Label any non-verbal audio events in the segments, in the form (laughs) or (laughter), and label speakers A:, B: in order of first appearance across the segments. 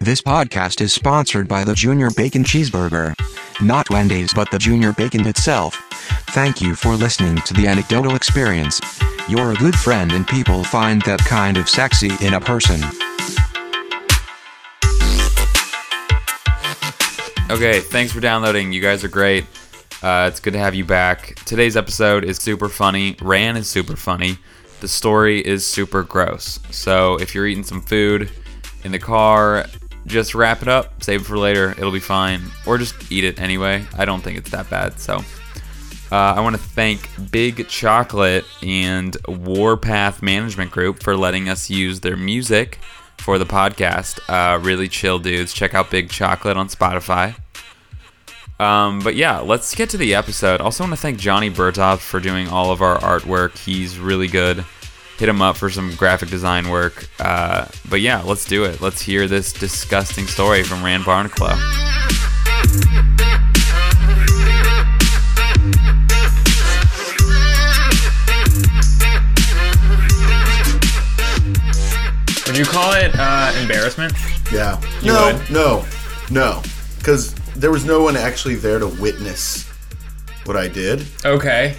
A: This podcast is sponsored by the Junior Bacon Cheeseburger. Not Wendy's, but the Junior Bacon itself. Thank you for listening to the anecdotal experience. You're a good friend, and people find that kind of sexy in a person.
B: Okay, thanks for downloading. You guys are great. Uh, it's good to have you back. Today's episode is super funny. Ran is super funny. The story is super gross. So if you're eating some food in the car, just wrap it up, save it for later. It'll be fine. Or just eat it anyway. I don't think it's that bad. So uh, I want to thank Big Chocolate and Warpath Management Group for letting us use their music for the podcast. Uh, really chill dudes. Check out Big Chocolate on Spotify. Um, but yeah, let's get to the episode. Also, want to thank Johnny Bertov for doing all of our artwork. He's really good. Hit him up for some graphic design work. Uh, but yeah, let's do it. Let's hear this disgusting story from Rand Barnacle.
C: Would you call it uh, embarrassment?
D: Yeah. no,
C: would?
D: no, no. Because there was no one actually there to witness what I did.
C: Okay.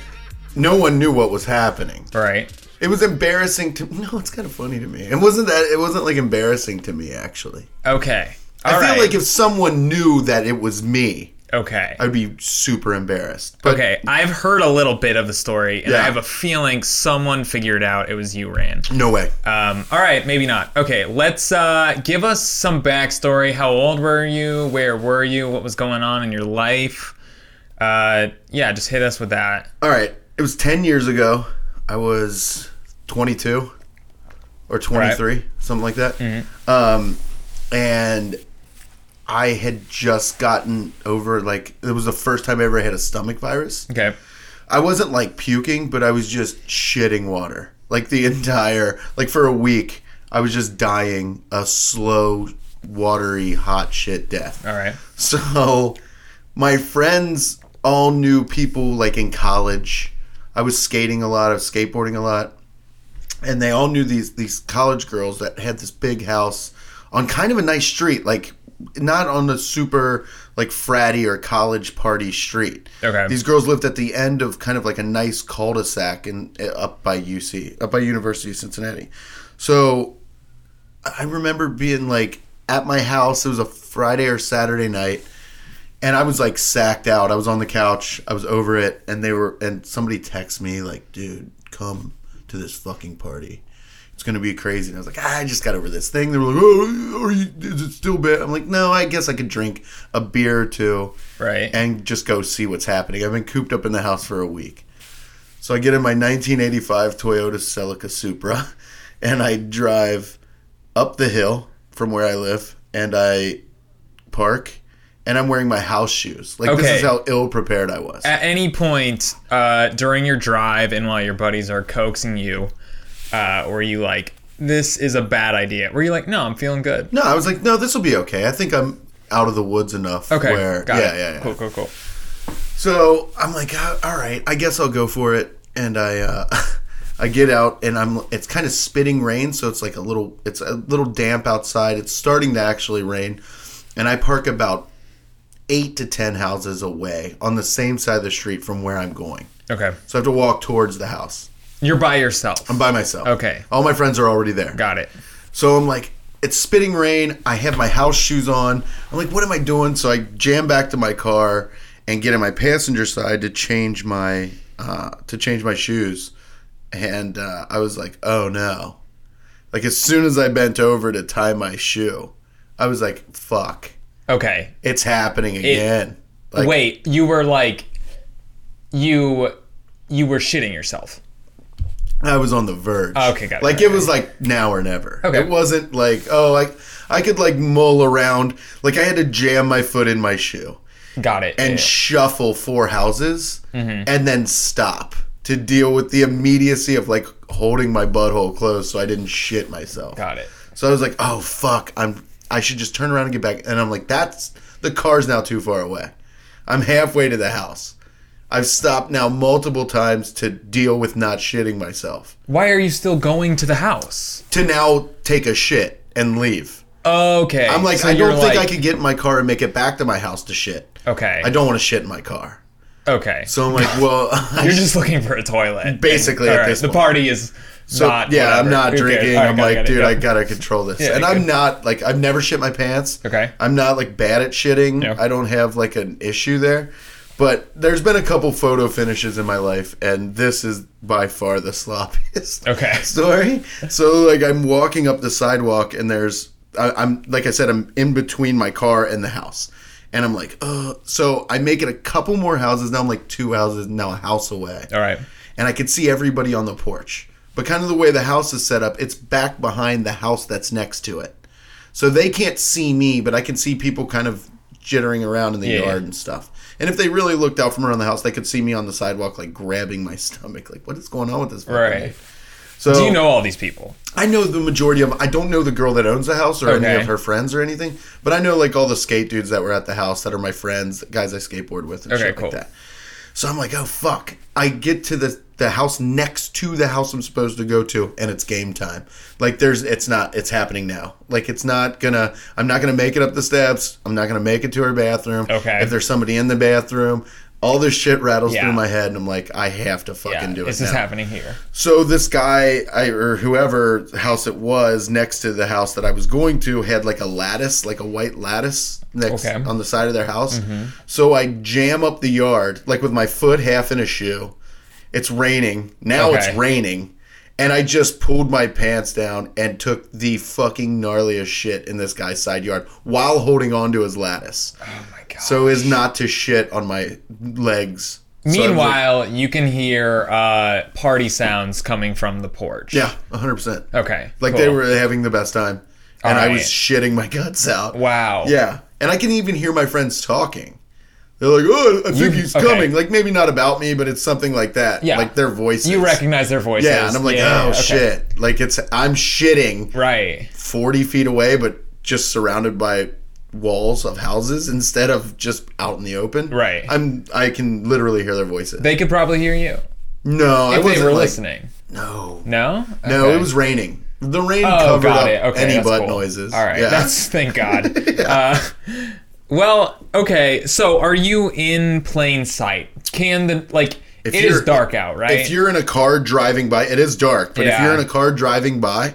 D: No one knew what was happening.
C: Right.
D: It was embarrassing to (laughs) no, it's kind of funny to me. It wasn't that it wasn't like embarrassing to me actually.
C: Okay. All
D: I
C: right.
D: feel like if someone knew that it was me,
C: okay.
D: I'd be super embarrassed. But
C: Okay. I've heard a little bit of the story, and I
D: Yeah.
C: have a feeling someone figured out it was you, Ran.
D: no way.
C: Um, all right, maybe not. Okay, let's uh, give us some backstory. How old were you? Where were you? What was going on in your life? Uh, yeah, just hit us with that.
D: All right. It was 10 years ago. I was 22 or 23, something like that. Um, and I had just gotten over, like, it was the first time I ever had a stomach virus.
C: Okay.
D: I wasn't like puking, but I was just shitting water. Like, the (laughs) entire, like, for a week, I was just dying a slow, watery, hot shit death.
C: All right.
D: So my friends all knew people like in college. I was skating a lot, I was skateboarding a lot. And they all knew these these college girls that had this big house on kind of a nice street, like not on the super like fratty or college party street.
C: Okay.
D: These girls lived at the end of kind of like a nice cul-de-sac and up by UC, up by University of Cincinnati. So I remember being like at my house. It was a Friday or Saturday night, and I was like sacked out. I was on the couch. I was over it, and they were and somebody texted me like, "Dude, come to this fucking party. It's gonna be crazy." And I was like, "Ah, "I just got over this thing." They were like, "Oh, are you, is it still bad?" I'm like, "No, I guess I could drink a beer or two
C: Right.
D: and just go see what's happening. I've been cooped up in the house for a week. So I get in my 1985 Toyota Celica Supra (laughs) and I drive up the hill from where I live and I park and I'm wearing my house shoes. Like
C: Okay.
D: this is how ill prepared I was.
C: at any point uh, during your drive and while your buddies are coaxing you, uh, were you like, this is a bad idea? Were you like, no, I'm feeling good?
D: no, I was like, no, this will be okay. I think I'm out of the woods enough.
C: Okay.
D: Where,
C: got
D: yeah,
C: it.
D: yeah, yeah.
C: Cool, cool, cool.
D: So I'm like, "Ah, all right, I guess I'll go for it. And I, uh, (laughs) I get out, and I'm. It's kind of spitting rain, so it's like a little. It's a little damp outside. It's starting to actually rain, and I park about eight to ten houses away on the same side of the street from where I'm going.
C: Okay.
D: So I have to walk towards the house.
C: You're by yourself.
D: I'm by myself.
C: Okay.
D: All my friends are already there.
C: Got it.
D: So I'm like, it's spitting rain. I have my house shoes on. I'm like, what am I doing? So I jam back to my car and get in my passenger side to change my uh, to change my shoes. And uh, I was like, oh no! Like as soon as I bent over to tie my shoe, I was like, fuck,
C: Okay.
D: it's happening again. like,
C: Wait, you were like, you, you were shitting yourself.
D: I was on the verge.
C: Oh, Okay, got it,
D: Like
C: got it,
D: it was like now or never.
C: Okay.
D: It wasn't like oh like I could like mull around. Like I had to jam my foot in my shoe
C: Got it.
D: and
C: Yeah. Mm-hmm.
D: shuffle four houses and then stop to deal with the immediacy of like holding my butthole closed so I didn't shit myself.
C: got it.
D: So I was like, oh fuck, I'm I should just turn around and get back. And I'm like, that's the car's now too far away. I'm halfway to the house. I've stopped now multiple times to deal with not shitting myself
C: Why are you still going to the house?
D: to now take a shit and leave.
C: Okay.
D: I'm like,
C: so
D: I
C: you're
D: don't think
C: like-
D: I could get in my car and make it back to my house to shit.
C: Okay.
D: I don't want to shit in my car.
C: Okay.
D: So I'm
C: (laughs)
D: like, well, (laughs) I
C: You're just looking for a toilet.
D: Basically,
C: And-
D: at
C: all right,
D: this
C: the
D: point.
C: party is
D: So,
C: not.
D: yeah, I'm
C: whatever.
D: not
C: Who cares?
D: drinking.
C: All right,
D: I'm
C: got it,
D: like,
C: got it,
D: dude,
C: yeah.
D: I gotta control this.
C: Yeah,
D: and
C: you
D: I'm
C: good.
D: not like I've never shit my pants.
C: Okay.
D: I'm not like bad at shitting.
C: No.
D: I don't have like an issue there. But there's been a couple photo finishes in my life, and this is by far the (laughs) sloppiest
C: Okay.
D: (laughs) story. So like I'm walking up the sidewalk, and there's I, I'm like I said, I'm in between my car and the house. And I'm like, uh so I make it a couple more houses. Now I'm like two houses, now a house away
C: All right.
D: and I could see everybody on the porch. But kind of the way the house is set up, it's back behind the house that's next to it. So they can't see me, but I can see people kind of jittering around in the
C: Yeah.
D: yard and stuff. And if they really looked out from around the house, they could see me on the sidewalk, like grabbing my (laughs) stomach. Like, what is going on with this? fucking
C: Right.
D: guy? So
C: Do you know all these people?
D: I know the majority of. I don't know the girl that owns the house or any
C: Okay.
D: of her friends or anything, but I know like all the skate dudes that were at the house that are my friends, guys I skateboard with, and
C: Okay,
D: shit
C: cool.
D: like that. So I'm like, oh fuck! I get to the the house next to the house I'm supposed to go to, and it's game time. Like there's, it's not, it's happening now. Like it's not gonna. I'm not gonna make it up the steps. I'm not gonna make it to her bathroom.
C: Okay.
D: If there's somebody in the bathroom, all this shit rattles
C: Yeah.
D: through my head, and I'm like, I have to fucking
C: Yeah.
D: do it.
C: This
D: now.
C: is happening here.
D: So this guy, I, or whoever house it was, next to the house that I was going to, had like a lattice, like a white lattice next
C: Okay. Mm-hmm.
D: on the side of their house. So I jam up the yard, like with my foot half in a shoe. It's raining now. It's
C: Okay.
D: raining, and I just pulled my pants down and took the fucking gnarliest shit in this guy's side yard while holding onto his lattice,
C: Oh my god.
D: so as not to shit on my legs. So I was like-
C: Meanwhile, you can hear uh, party sounds coming from the porch.
D: yeah, hundred percent.
C: Okay.
D: Like
C: cool.
D: they were having the best time. And I was
C: Alright.
D: shitting my guts out.
C: Wow.
D: Yeah. And I can even hear my friends talking. They're like, oh, I think
C: You-
D: he's
C: okay.
D: coming. Like, maybe not about me, but it's something like that.
C: Yeah.
D: Like their voices.
C: You recognize their voices.
D: Yeah. And I'm like,
C: Yeah,
D: oh,
C: okay.
D: shit. Like, it's, I'm shitting
C: Right.
D: 40 feet away, but just surrounded by walls of houses instead of just out in the open.
C: Right.
D: I'm, I can literally hear their voices.
C: They could probably hear you
D: no, I
C: if
D: wasn't
C: they were
D: like,
C: listening.
D: No.
C: No.
D: No,
C: Okay.
D: it was raining. The rain
C: Oh,
D: covered up
C: got it. Okay,
D: any
C: that's
D: butt
C: cool.
D: noises.
C: All right,
D: Yeah.
C: that's
D: (laughs)
C: thank God. uh, well, okay. So, are you in plain sight? Can the like it is
D: you're-
C: dark out, right?
D: if you're in a car driving by, it is dark, but if
C: Yeah.
D: you're in a car driving by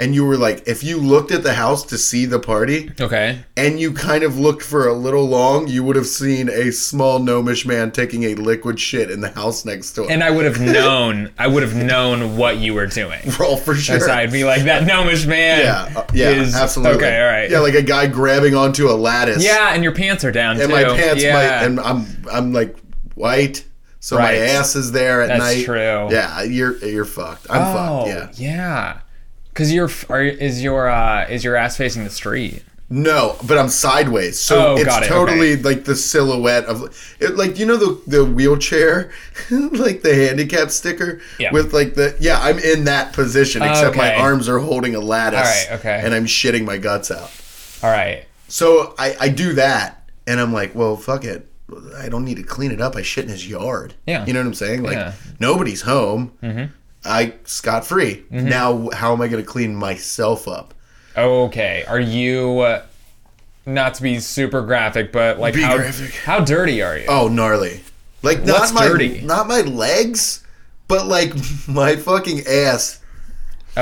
D: and you were like, if you looked at the house to see the party
C: okay,
D: and you kind of looked for a little long, you would have seen a small gnomish man taking a liquid shit in the house next door.
C: and I would have known, I would have known what you were doing.
D: (laughs) Roll for sure.
C: So I'd be like, that gnomish man.
D: yeah, uh, yeah,
C: is,
D: absolutely.
C: Okay, all right.
D: Yeah, like a guy grabbing onto a lattice.
C: yeah, and your pants are down
D: and
C: too.
D: my pants,
C: yeah.
D: my and I'm I'm like white, so
C: Right.
D: my ass is there at
C: That's
D: night.
C: true.
D: Yeah, you're you're fucked. I'm
C: oh,
D: fucked. Yeah.
C: yeah. Cause your f- are, is your uh, is your ass facing the street?
D: No, but I'm sideways, so
C: Oh,
D: it's
C: got it,
D: totally like the silhouette of, it, like you know the the wheelchair, (laughs) like the handicap sticker
C: Yeah.
D: with like the yeah I'm in that position except my
C: Okay.
D: arms are holding a lattice.
C: All right, okay.
D: And I'm shitting my guts out.
C: All right.
D: So I I do that and I'm like, well, fuck it. I don't need to clean it up. I shit in his yard.
C: Yeah.
D: You know what I'm saying? Like
C: Yeah.
D: nobody's home. Mm-hmm. I scot free.
C: Mm-hmm.
D: Now how am I going to clean myself up?
C: Okay. Are you uh, not to be super graphic, but like
D: Be
C: how
D: graphic.
C: how dirty are you?
D: Oh, gnarly. Like not
C: What's
D: my
C: dirty?
D: not my legs, but like (laughs) my fucking ass. Uh,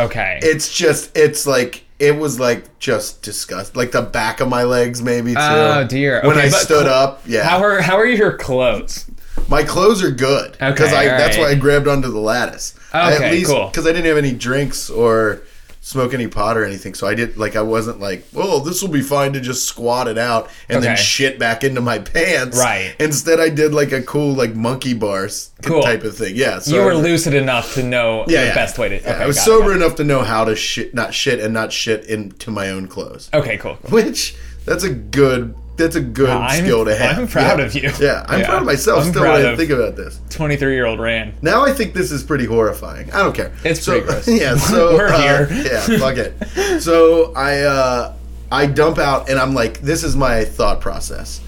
C: Okay.
D: It's just it's like it was like just disgust. Like the back of my legs maybe too.
C: Oh, dear.
D: When
C: Okay,
D: I
C: but
D: stood
C: cl-
D: up, yeah.
C: how are how are your clothes?
D: my clothes are good because I
C: Okay, all
D: that's
C: right.
D: why I grabbed onto the lattice. I
C: Okay, cool.
D: Because I didn't have any drinks or smoke any pot or anything, so I did like I wasn't like, well, this will be fine to just squat it out and then
C: Okay.
D: shit back into my pants.
C: Right.
D: Instead, I did like a cool like monkey bars
C: Cool.
D: type of thing. Yeah. So
C: You were lucid enough to know the best way to.
D: Yeah,
C: okay,
D: I was
C: got it,
D: sober
C: got it.
D: enough to know how to shit, not shit, and not shit into my own clothes.
C: Okay, cool. cool.
D: Which that's a good that's a good
C: I'm-
D: skill to have.
C: I'm proud
D: Yeah.
C: of you.
D: Yeah, I'm
C: Yeah.
D: proud of myself.
C: I'm
D: still,
C: proud
D: when I
C: of-
D: think about this.
C: Twenty-three-year-old Rand.
D: Now I think this is pretty horrifying. I don't care.
C: It's
D: so,
C: pretty gross.
D: (laughs) Yeah, so
C: (laughs) We're
D: uh,
C: here.
D: yeah, fuck it. So I uh, I dump out and I'm like, this is my thought process.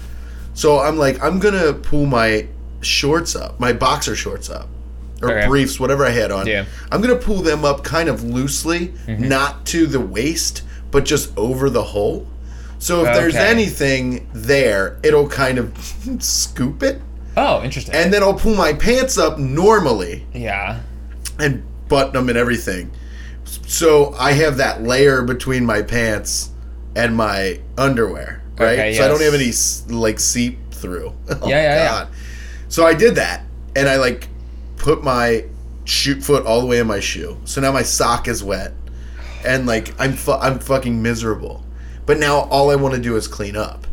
D: So I'm like, I'm gonna pull my shorts up, my boxer shorts up, or
C: Okay.
D: briefs, whatever I had on.
C: Yeah. Mm-hmm.
D: I'm gonna pull them up kind of loosely, not to the waist, but just over the hole. So if there's
C: Okay.
D: anything there, it'll kind of (laughs) scoop it,
C: Oh, interesting.
D: and then I'll pull my pants up normally
C: yeah.
D: and button them and everything. So I have that layer between my pants and my underwear, right?
C: Okay,
D: So I don't
C: yes.
D: have any s- like seep through. (laughs) Oh,
C: Yeah, yeah, yeah.
D: So I did that, and I like put my shoot foot all the way in my shoe. So now my sock is wet, and like I'm fu- I'm fucking miserable. But now all I want to do is clean up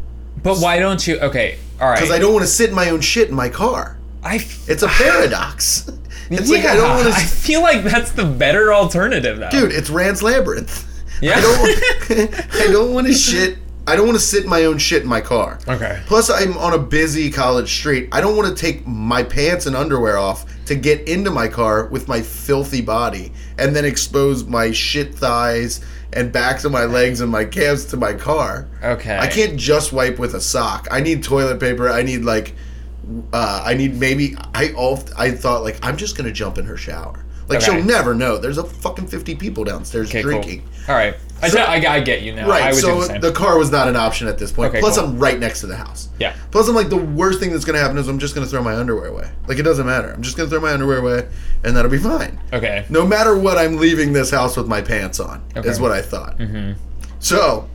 C: But why don't you? Okay, all right.
D: because I don't want to sit in my own shit in my car.
C: I f- (laughs)
D: It's a paradox. (laughs) It's like I
C: Yeah,
D: don't want
C: I
D: to
C: feel like that's the better alternative, though.
D: dude it's rand's labyrinth
C: Yeah.
D: i
C: (laughs)
D: don't (laughs) i don't want to shit i don't want to sit in my own shit in my car (laughs)
C: Okay.
D: plus i'm on a busy college street i don't want to take my pants and underwear off to get into my car with my filthy body and then expose my shit thighs and backs of my legs and my calves to my car
C: Okay.
D: i can't just wipe with a sock i need toilet paper i need like uh, I need maybe I all I thought like I'm just gonna jump in her shower. Like
C: Okay.
D: she'll never know. There's a fucking fifty people downstairs
C: Okay,
D: drinking.
C: cool. All right. I,
D: So-
C: I, I get you now.
D: Right.
C: I would do
D: so
C: the
D: the,
C: same.
D: car was not an option at this point.
C: Okay,
D: Plus
C: cool.
D: I'm right next to the house.
C: Yeah.
D: Plus I'm like the worst thing that's gonna happen is I'm just gonna throw my underwear away. Like it doesn't matter. I'm just gonna throw my underwear away and that'll be fine.
C: Okay.
D: No matter what, I'm leaving this house with my pants on. Is
C: Okay. Mm-hmm.
D: what I thought. So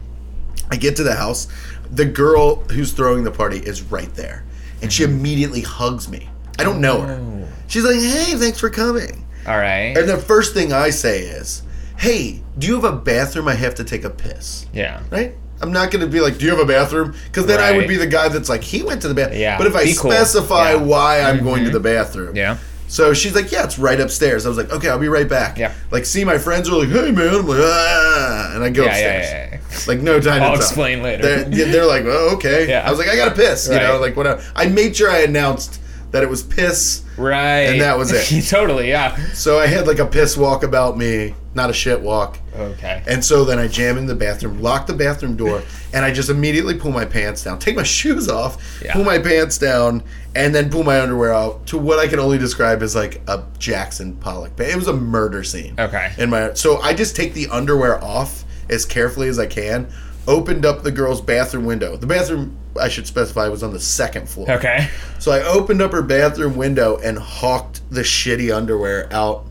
D: I get to the house. The girl who's throwing the party is right there, and
C: Mm-hmm.
D: she immediately hugs me. I don't know
C: Oh,
D: her. She's like, "Hey, thanks for coming."
C: All right.
D: And the first thing I say is, "Hey, do you have a bathroom? I have to take a piss."
C: yeah.
D: Right? I'm not going to be like, "Do you have a bathroom?" Because then I would
C: Right.
D: be the guy that's like, "He went to the bathroom."
C: Yeah,
D: But if I
C: be cool.
D: specify
C: Yeah. Mm-hmm.
D: why I'm going to the bathroom,
C: Yeah.
D: so she's like, "Yeah, it's right upstairs." I was like, "Okay, I'll be right back."
C: Yeah.
D: Like, see my friends are like, "Hey, man," I'm like, "Ah," and I go
C: Yeah, yeah,
D: upstairs.
C: yeah, yeah.
D: Like no time.
C: I'll
D: to tell.
C: explain later.
D: They're, yeah, they're like, "Oh, okay."
C: Yeah.
D: I was like, "I gotta piss," you know,
C: Right.
D: like whatever. I made sure I announced that it was piss,
C: Right.
D: And that was it.
C: (laughs) totally. Yeah.
D: so I had like a piss walk about me, not a shit walk.
C: Okay.
D: And so then I jam in the bathroom, lock the bathroom door, and I just immediately pull my pants down, take my (laughs) shoes off,
C: Yeah.
D: pull my pants down, and then pull my underwear out to what I can only describe as like a Jackson Pollock. But it was a murder scene.
C: Okay.
D: In my so I just take the underwear off as carefully as I can, opened up the girl's bathroom window. The bathroom I should specify was on the second floor.
C: Okay.
D: So I opened up her bathroom window and hawked the shitty underwear out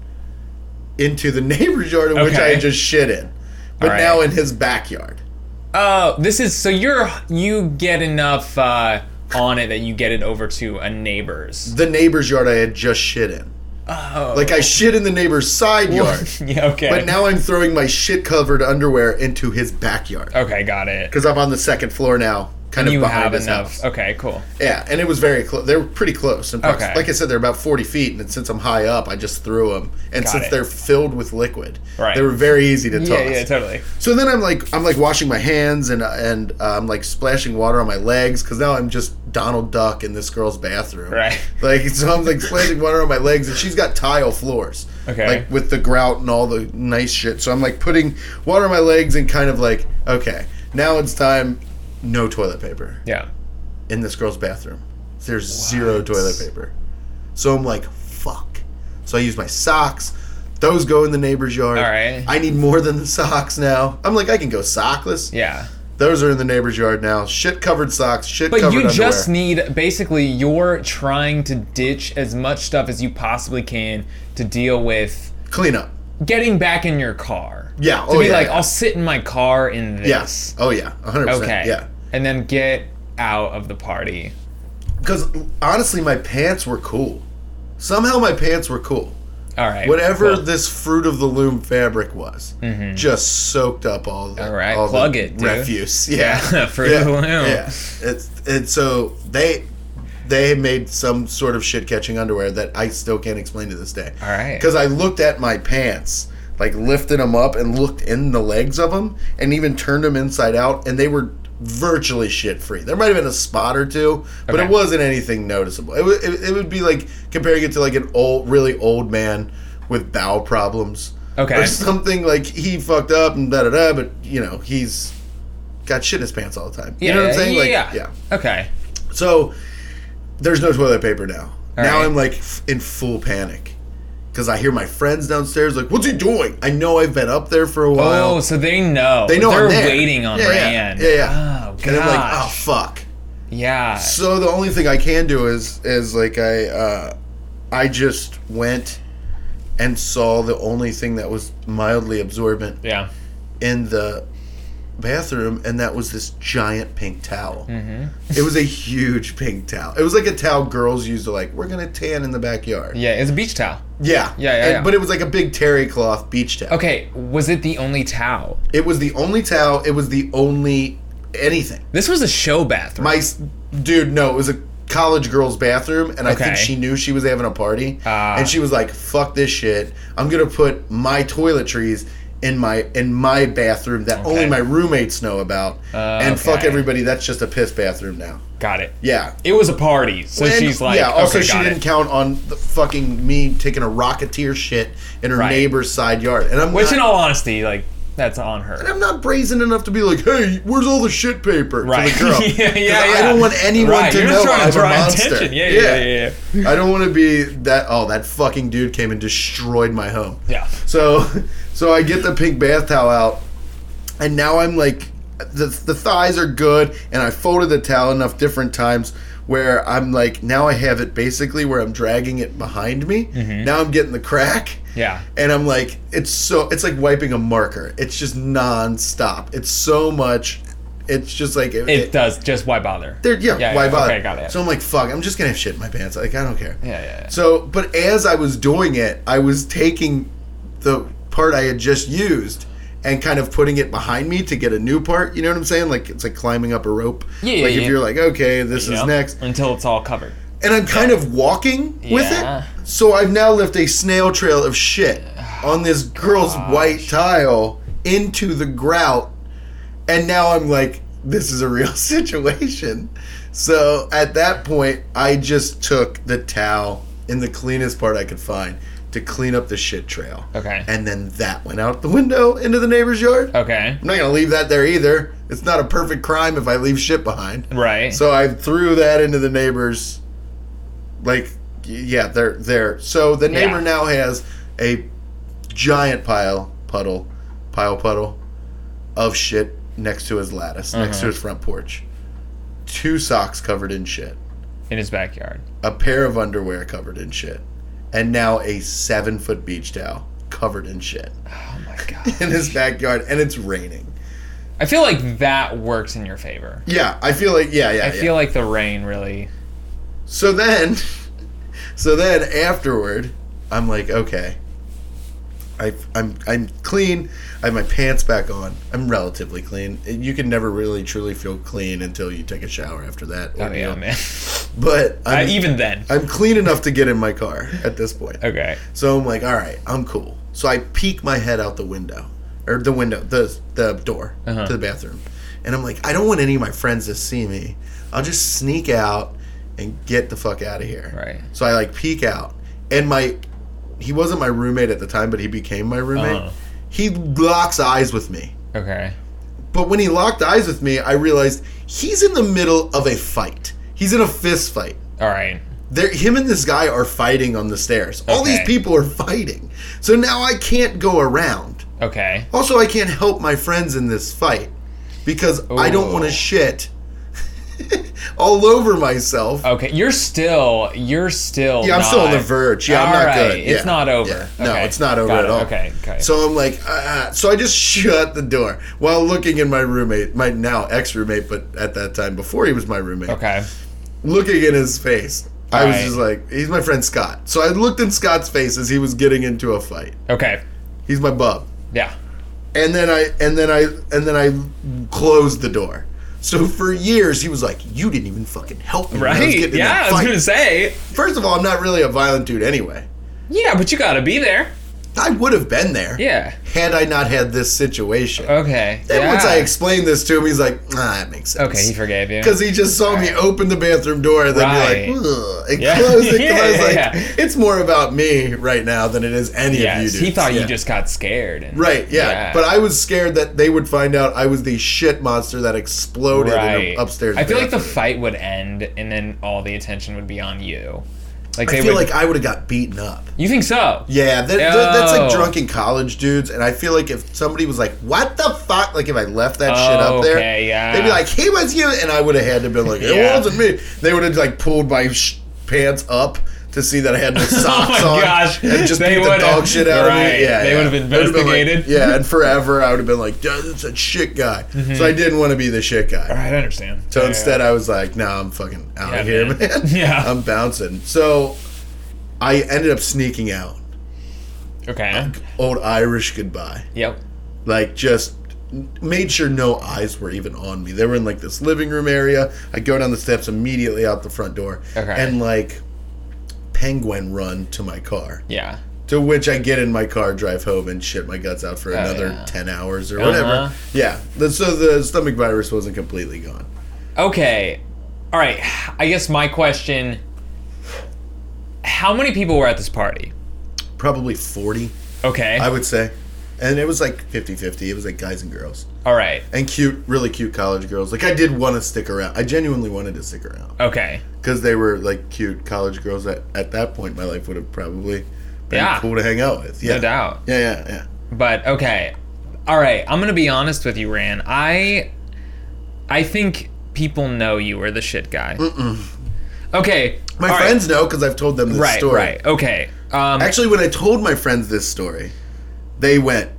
D: into the (laughs) neighbor's yard in which I
C: Okay.
D: had just shit in, but
C: All right.
D: now in his backyard.
C: Oh, this is so you're you get enough uh, on it that you get it over to a neighbor's.
D: The neighbor's yard I had just shit in.
C: Oh.
D: Like I shit in the neighbor's side yard,
C: (laughs) yeah. Okay.
D: but now I'm throwing my shit covered underwear into his backyard
C: Okay. Got it.
D: because I'm on the second floor now, kind of
C: You
D: behind
C: have
D: his
C: enough.
D: house.
C: Okay. Cool.
D: Yeah, and it was very close. They were pretty close. And
C: Okay.
D: Like I said, they're about 40 feet, and since I'm high up, I just threw them. And
C: Got
D: since
C: it.
D: they're filled with liquid,
C: Right.
D: they were very easy to toss.
C: Yeah. Yeah. Totally.
D: So then I'm like, I'm like washing my hands and and uh, I'm like splashing water on my legs because now I'm just Donald Duck in this girl's bathroom.
C: Right.
D: (laughs) Like so I'm like splashing water on my legs and she's got tile floors.
C: Okay.
D: Like with the grout and all the nice shit. So I'm like putting water on my legs and kind of like, okay, now it's time. No toilet paper
C: Yeah.
D: in this girl's bathroom. There's zero toilet paper. So I'm like, fuck. So I use my socks. Those go in the neighbor's yard.
C: All right.
D: I need more than the socks now. I'm like, I can go sockless.
C: Yeah.
D: Those are in the neighbor's yard now. Shit covered socks, shit
C: But
D: covered
C: you
D: underwear.
C: just need basically you're trying to ditch as much stuff as you possibly can to deal with
D: Clean up.
C: getting back in your car.
D: Yeah.
C: To
D: Oh,
C: be
D: yeah,
C: like,
D: yeah.
C: I'll sit in my car in this.
D: Yes. Oh, yeah. 100%.
C: Okay.
D: Yeah.
C: And then get out of the party.
D: Because honestly, my pants were cool. Somehow my pants were cool.
C: All right.
D: Whatever
C: cool.
D: this fruit of the loom fabric was, just soaked up all the
C: Mm-hmm. All right,
D: all
C: plug
D: the
C: it, dude. (laughs)
D: refuse. Yeah,
C: Yeah, fruit of the loom.
D: Yeah, it's it's so they they made some sort of shit catching underwear that I still can't explain to this day.
C: All right.
D: because I looked at my pants, like lifted them up and looked in the legs of them, and even turned them inside out, and they were virtually shit free. There might have been a spot or two, but
C: Okay.
D: it wasn't anything noticeable. It, w- it, it would be like comparing it to like an old, really old man with bowel problems.
C: Okay.
D: Or something like he fucked up and da da da, but you know, he's got shit in his pants all the time. You know what I'm saying? Like,
C: yeah.
D: yeah.
C: Okay.
D: So there's no toilet paper now.
C: All
D: now
C: right.
D: I'm like f- in full panic. because I hear my friends downstairs like, "What's he doing?" I know I've been up there for a while.
C: Oh, so they know.
D: they know
C: They're
D: I'm there.
C: waiting on
D: yeah,
C: Rand.
D: Yeah, yeah. yeah.
C: Oh,
D: And I'm like,
C: gosh.
D: oh fuck.
C: Yeah.
D: So the only thing I can do is is like I uh, I just went and saw the only thing that was mildly absorbent
C: Yeah.
D: in the bathroom, and that was this giant pink towel.
C: Mm-hmm.
D: It was a huge pink towel. It was like a towel girls used to like we're gonna tan in the backyard.
C: Yeah. It's a beach towel.
D: Yeah,
C: Yeah, yeah,
D: And-
C: yeah.
D: But it was like a big terry cloth beach towel.
C: Okay. Was it the only towel?
D: It was the only towel. It was the only anything.
C: This was a show bathroom.
D: My s- dude, no, it was a college girl's bathroom, and I think
C: Okay.
D: she knew she was having a party,
C: Ah.
D: and she was like, "Fuck this shit! I'm gonna put my toiletries." In my in my bathroom that only my roommates know about, and fuck
C: okay.
D: everybody. That's just a piss bathroom now.
C: Got it.
D: Yeah,
C: It was a party, so
D: and-
C: she's like,
D: yeah. Also,
C: okay,
D: she
C: got
D: didn't
C: it.
D: count on the fucking me taking a rocketeer shit in her
C: Right.
D: neighbor's side yard, and I'm
C: Which,
D: not,
C: in all honesty, like that's on her.
D: I'm not brazen enough to be like, hey, where's all the shit paper?
C: Right.
D: To the girl.
C: (laughs) yeah, yeah,
D: 'Cause
C: yeah.
D: I don't want anyone
C: right.
D: to
C: You're
D: know
C: just trying
D: I'm
C: to draw
D: a monster.
C: attention. Yeah, yeah, yeah, yeah. yeah.
D: I don't want to be that. Oh, that fucking dude came and destroyed my home.
C: Yeah.
D: So, (laughs) so I get the pink bath towel out, and now I'm like, the the thighs are good, and I folded the towel enough different times where I'm like, now I have it basically where I'm dragging it behind me. Now I'm getting the crack.
C: Mm-hmm. Yeah.
D: And I'm like, it's so, it's like wiping a marker. It's just nonstop. It's so much. It's just like
C: It does. Just why bother?
D: they're, yeah,
C: Yeah,
D: why
C: yeah,
D: bother?
C: okay, got it.
D: So I'm like, fuck, I'm just gonna have shit in my pants. Like I don't care.
C: Yeah, yeah, yeah.
D: So, but as I was doing it, I was taking the part I had just used and kind of putting it behind me to get a new part. You know what I'm saying? Like it's like climbing up a rope.
C: Yeah, yeah,
D: Like if
C: yeah.
D: you're like, okay, this
C: You
D: is
C: know?
D: next,
C: until it's all covered.
D: and I'm kind of walking with
C: Yeah.
D: it. So I've now left a snail trail of shit on this girl's white tile into the grout, and now I'm like, this is a real (laughs) situation. So at that point, I just took the towel in the cleanest part I could find to clean up the shit trail.
C: Okay. Oh.
D: And then that went out the window into the neighbor's yard.
C: Okay.
D: I'm not gonna leave that there either. It's not a perfect crime if I leave shit behind.
C: Right.
D: So I threw that into the neighbors. Like, y- yeah, they're there. So the neighbor
C: Yeah.
D: now has a giant pile, puddle, pile, puddle of shit next to his lattice, next to
C: Uh-huh.
D: his front porch. Two socks covered in shit,
C: in
D: (laughs)
C: his backyard.
D: a pair of underwear covered in shit, and now a seven foot beach towel covered in shit
C: Oh my god.
D: in his backyard, and it's raining.
C: I feel like that works in your favor.
D: Yeah, I feel like, yeah, yeah.
C: I
D: yeah. Oh,
C: feel like the rain really.
D: So then, (laughs) so then afterward, I'm like, okay, I, I'm I'm clean. I have my pants back on. I'm relatively clean. You can never really truly feel clean until you take a shower after that.
C: Oh yeah,
D: ordeal.
C: man.
D: But
C: Uh, (laughs)
D: I'm,
C: even then.
D: I'm clean enough to get in my car at this point.
C: Okay.
D: So I'm like, all right, I'm cool. So I peek my head out the window, or the window, the the door
C: Uh-huh.
D: to the bathroom, and I'm like, I don't want any of my friends to see me. I'll just sneak out and get the fuck out of here.
C: Right.
D: So I like peek out, and my he wasn't my roommate at the time, but he became my roommate.
C: Uh-huh.
D: He locks eyes with me.
C: Okay.
D: But when he locked eyes with me, I realized he's in the middle of a fight. He's in a fist fight
C: All right.
D: they him and this guy are fighting on the stairs. All these
C: Okay.
D: people are fighting. So now I can't go around.
C: Okay.
D: Also, I can't help my friends in this fight because I don't want
C: Ooh.
D: to shit (laughs) all over myself.
C: Okay. You're still. You're still.
D: yeah, I'm still on the
C: not-
D: verge. Yeah, I'm
C: All
D: not
C: right,
D: good.
C: It's
D: Yeah,
C: not over.
D: yeah. No,
C: Okay.
D: it's not over
C: Got
D: at
C: it.
D: all.
C: Okay. Okay.
D: So I'm like, uh, uh, so I just shut the door while looking in my roommate, my now ex roommate, but at that time before he was my roommate.
C: Okay.
D: looking in his face. I was
C: Right.
D: just like, he's my friend Scott. So I looked in Scott's face as he was getting into a fight.
C: Okay.
D: He's my bub.
C: Yeah.
D: And then I and then I and then I closed the door. So for years he was like, "You didn't even fucking help me." when I was
C: Right.
D: getting in
C: Yeah.
D: that
C: I was
D: fight."
C: gonna say.
D: First of all, I'm not really a violent dude anyway.
C: Yeah, but you gotta be there.
D: I would have been there
C: Yeah.
D: had I not had this situation.
C: Okay.
D: Then
C: yeah.
D: once I explained this to him, he's like, "Ah, that makes sense."
C: Okay, he forgave you.
D: Because he just saw me open the bathroom door and then be
C: Right.
D: like, Ugh, and
C: Yeah.
D: (laughs) close it. 'cause I was
C: (laughs) Yeah,
D: like,
C: yeah, yeah.
D: it's more about me right now than it is any of you.
C: Yes, he
D: dudes."
C: thought
D: Yeah.
C: you just got scared. And,
D: Right, yeah.
C: Yeah.
D: But I was scared that they would find out I was the shit monster that exploded in
C: Right.
D: an upstairs.
C: I feel like the
D: bathroom.
C: fight would end, and then all the attention would be on you. Like
D: I
C: they
D: feel
C: would.
D: like I would have got beaten up.
C: you think so?
D: Yeah, that, that- that's
C: Oh.
D: like drunken college dudes, and I feel like if somebody was like, "What the fuck?" Like if I left that shit up there,
C: Okay, yeah.
D: they'd be like, "He was you," and I would have had to been like, "It
C: Yeah.
D: wasn't me." They would have like pulled my sh- pants up to see that I
C: (laughs)
D: had no socks
C: Oh my
D: on,
C: gosh.
D: and just
C: They
D: beat the
C: would've-
D: dog shit out of
C: Right.
D: me. Yeah,
C: They
D: yeah.
C: would've been
D: It would've been like-
C: investigated.
D: yeah,
C: (laughs)
D: and forever I would have been like, "Yeah, "That's a shit guy." So
C: Mm-hmm.
D: I didn't want to be the shit guy.
C: I understand.
D: So instead, I was like, "No, I'm fucking out
C: Yeah,
D: of here,
C: man.
D: man. (laughs)
C: (laughs) Yeah.
D: I'm bouncing." So I ended up sneaking out.
C: okay.
D: Old Irish goodbye,
C: Yep.
D: like just made sure no eyes were even on me. They were in like this living room area. I go down the steps immediately out the front door,
C: Okay.
D: and like penguin run to my car.
C: Yeah.
D: To which I get in my car, drive home, and shit my guts out for another
C: Oh, yeah.
D: ten hours or
C: Uh-huh.
D: whatever. Yeah, The- so the stomach virus wasn't completely gone.
C: Okay. All right. I guess my question How many people were at this party?
D: Probably forty.
C: Okay.
D: I would say. And it was like 50 50. It was like guys and girls.
C: All right.
D: And cute, really cute college girls. Like, I did want to stick around. I genuinely wanted to stick around.
C: Okay.
D: Because they were like cute college girls that at that point in my life would have probably been
C: Yeah.
D: cool to hang out with. Yeah.
C: No doubt.
D: Yeah, yeah, yeah.
C: But okay. All right. I'm going to be honest with you, Ran. I I think people know you were the shit guy. Okay.
D: My
C: all right.
D: friends know because I've told them this
C: Right,
D: story.
C: right. Okay. Um,
D: Actually, when I told my friends this story, they went,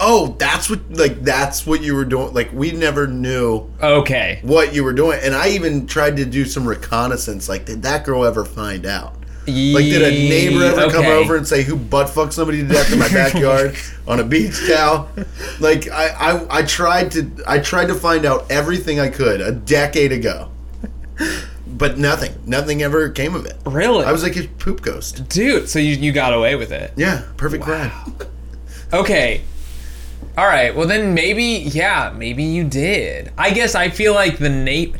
D: Oh, that's what, like, that's what you were doing. Like, we never knew
C: okay.
D: what you were doing. And I even tried to do some reconnaissance. Like, did that girl ever find out? Like, did a neighbor ever come
C: E, Okay.
D: over and say, "Who butt fucked somebody to death in my backyard on a beach towel?" Like, I, I, I tried to, I tried to find out everything I could a decade ago, but nothing, nothing ever came of it.
C: Really?
D: I was like a poop ghost.
C: Dude, so you, you got away with it.
D: Yeah, perfect crime.
C: Okay. All right. Well, then maybe, yeah, maybe you did. I guess I feel like the Nate.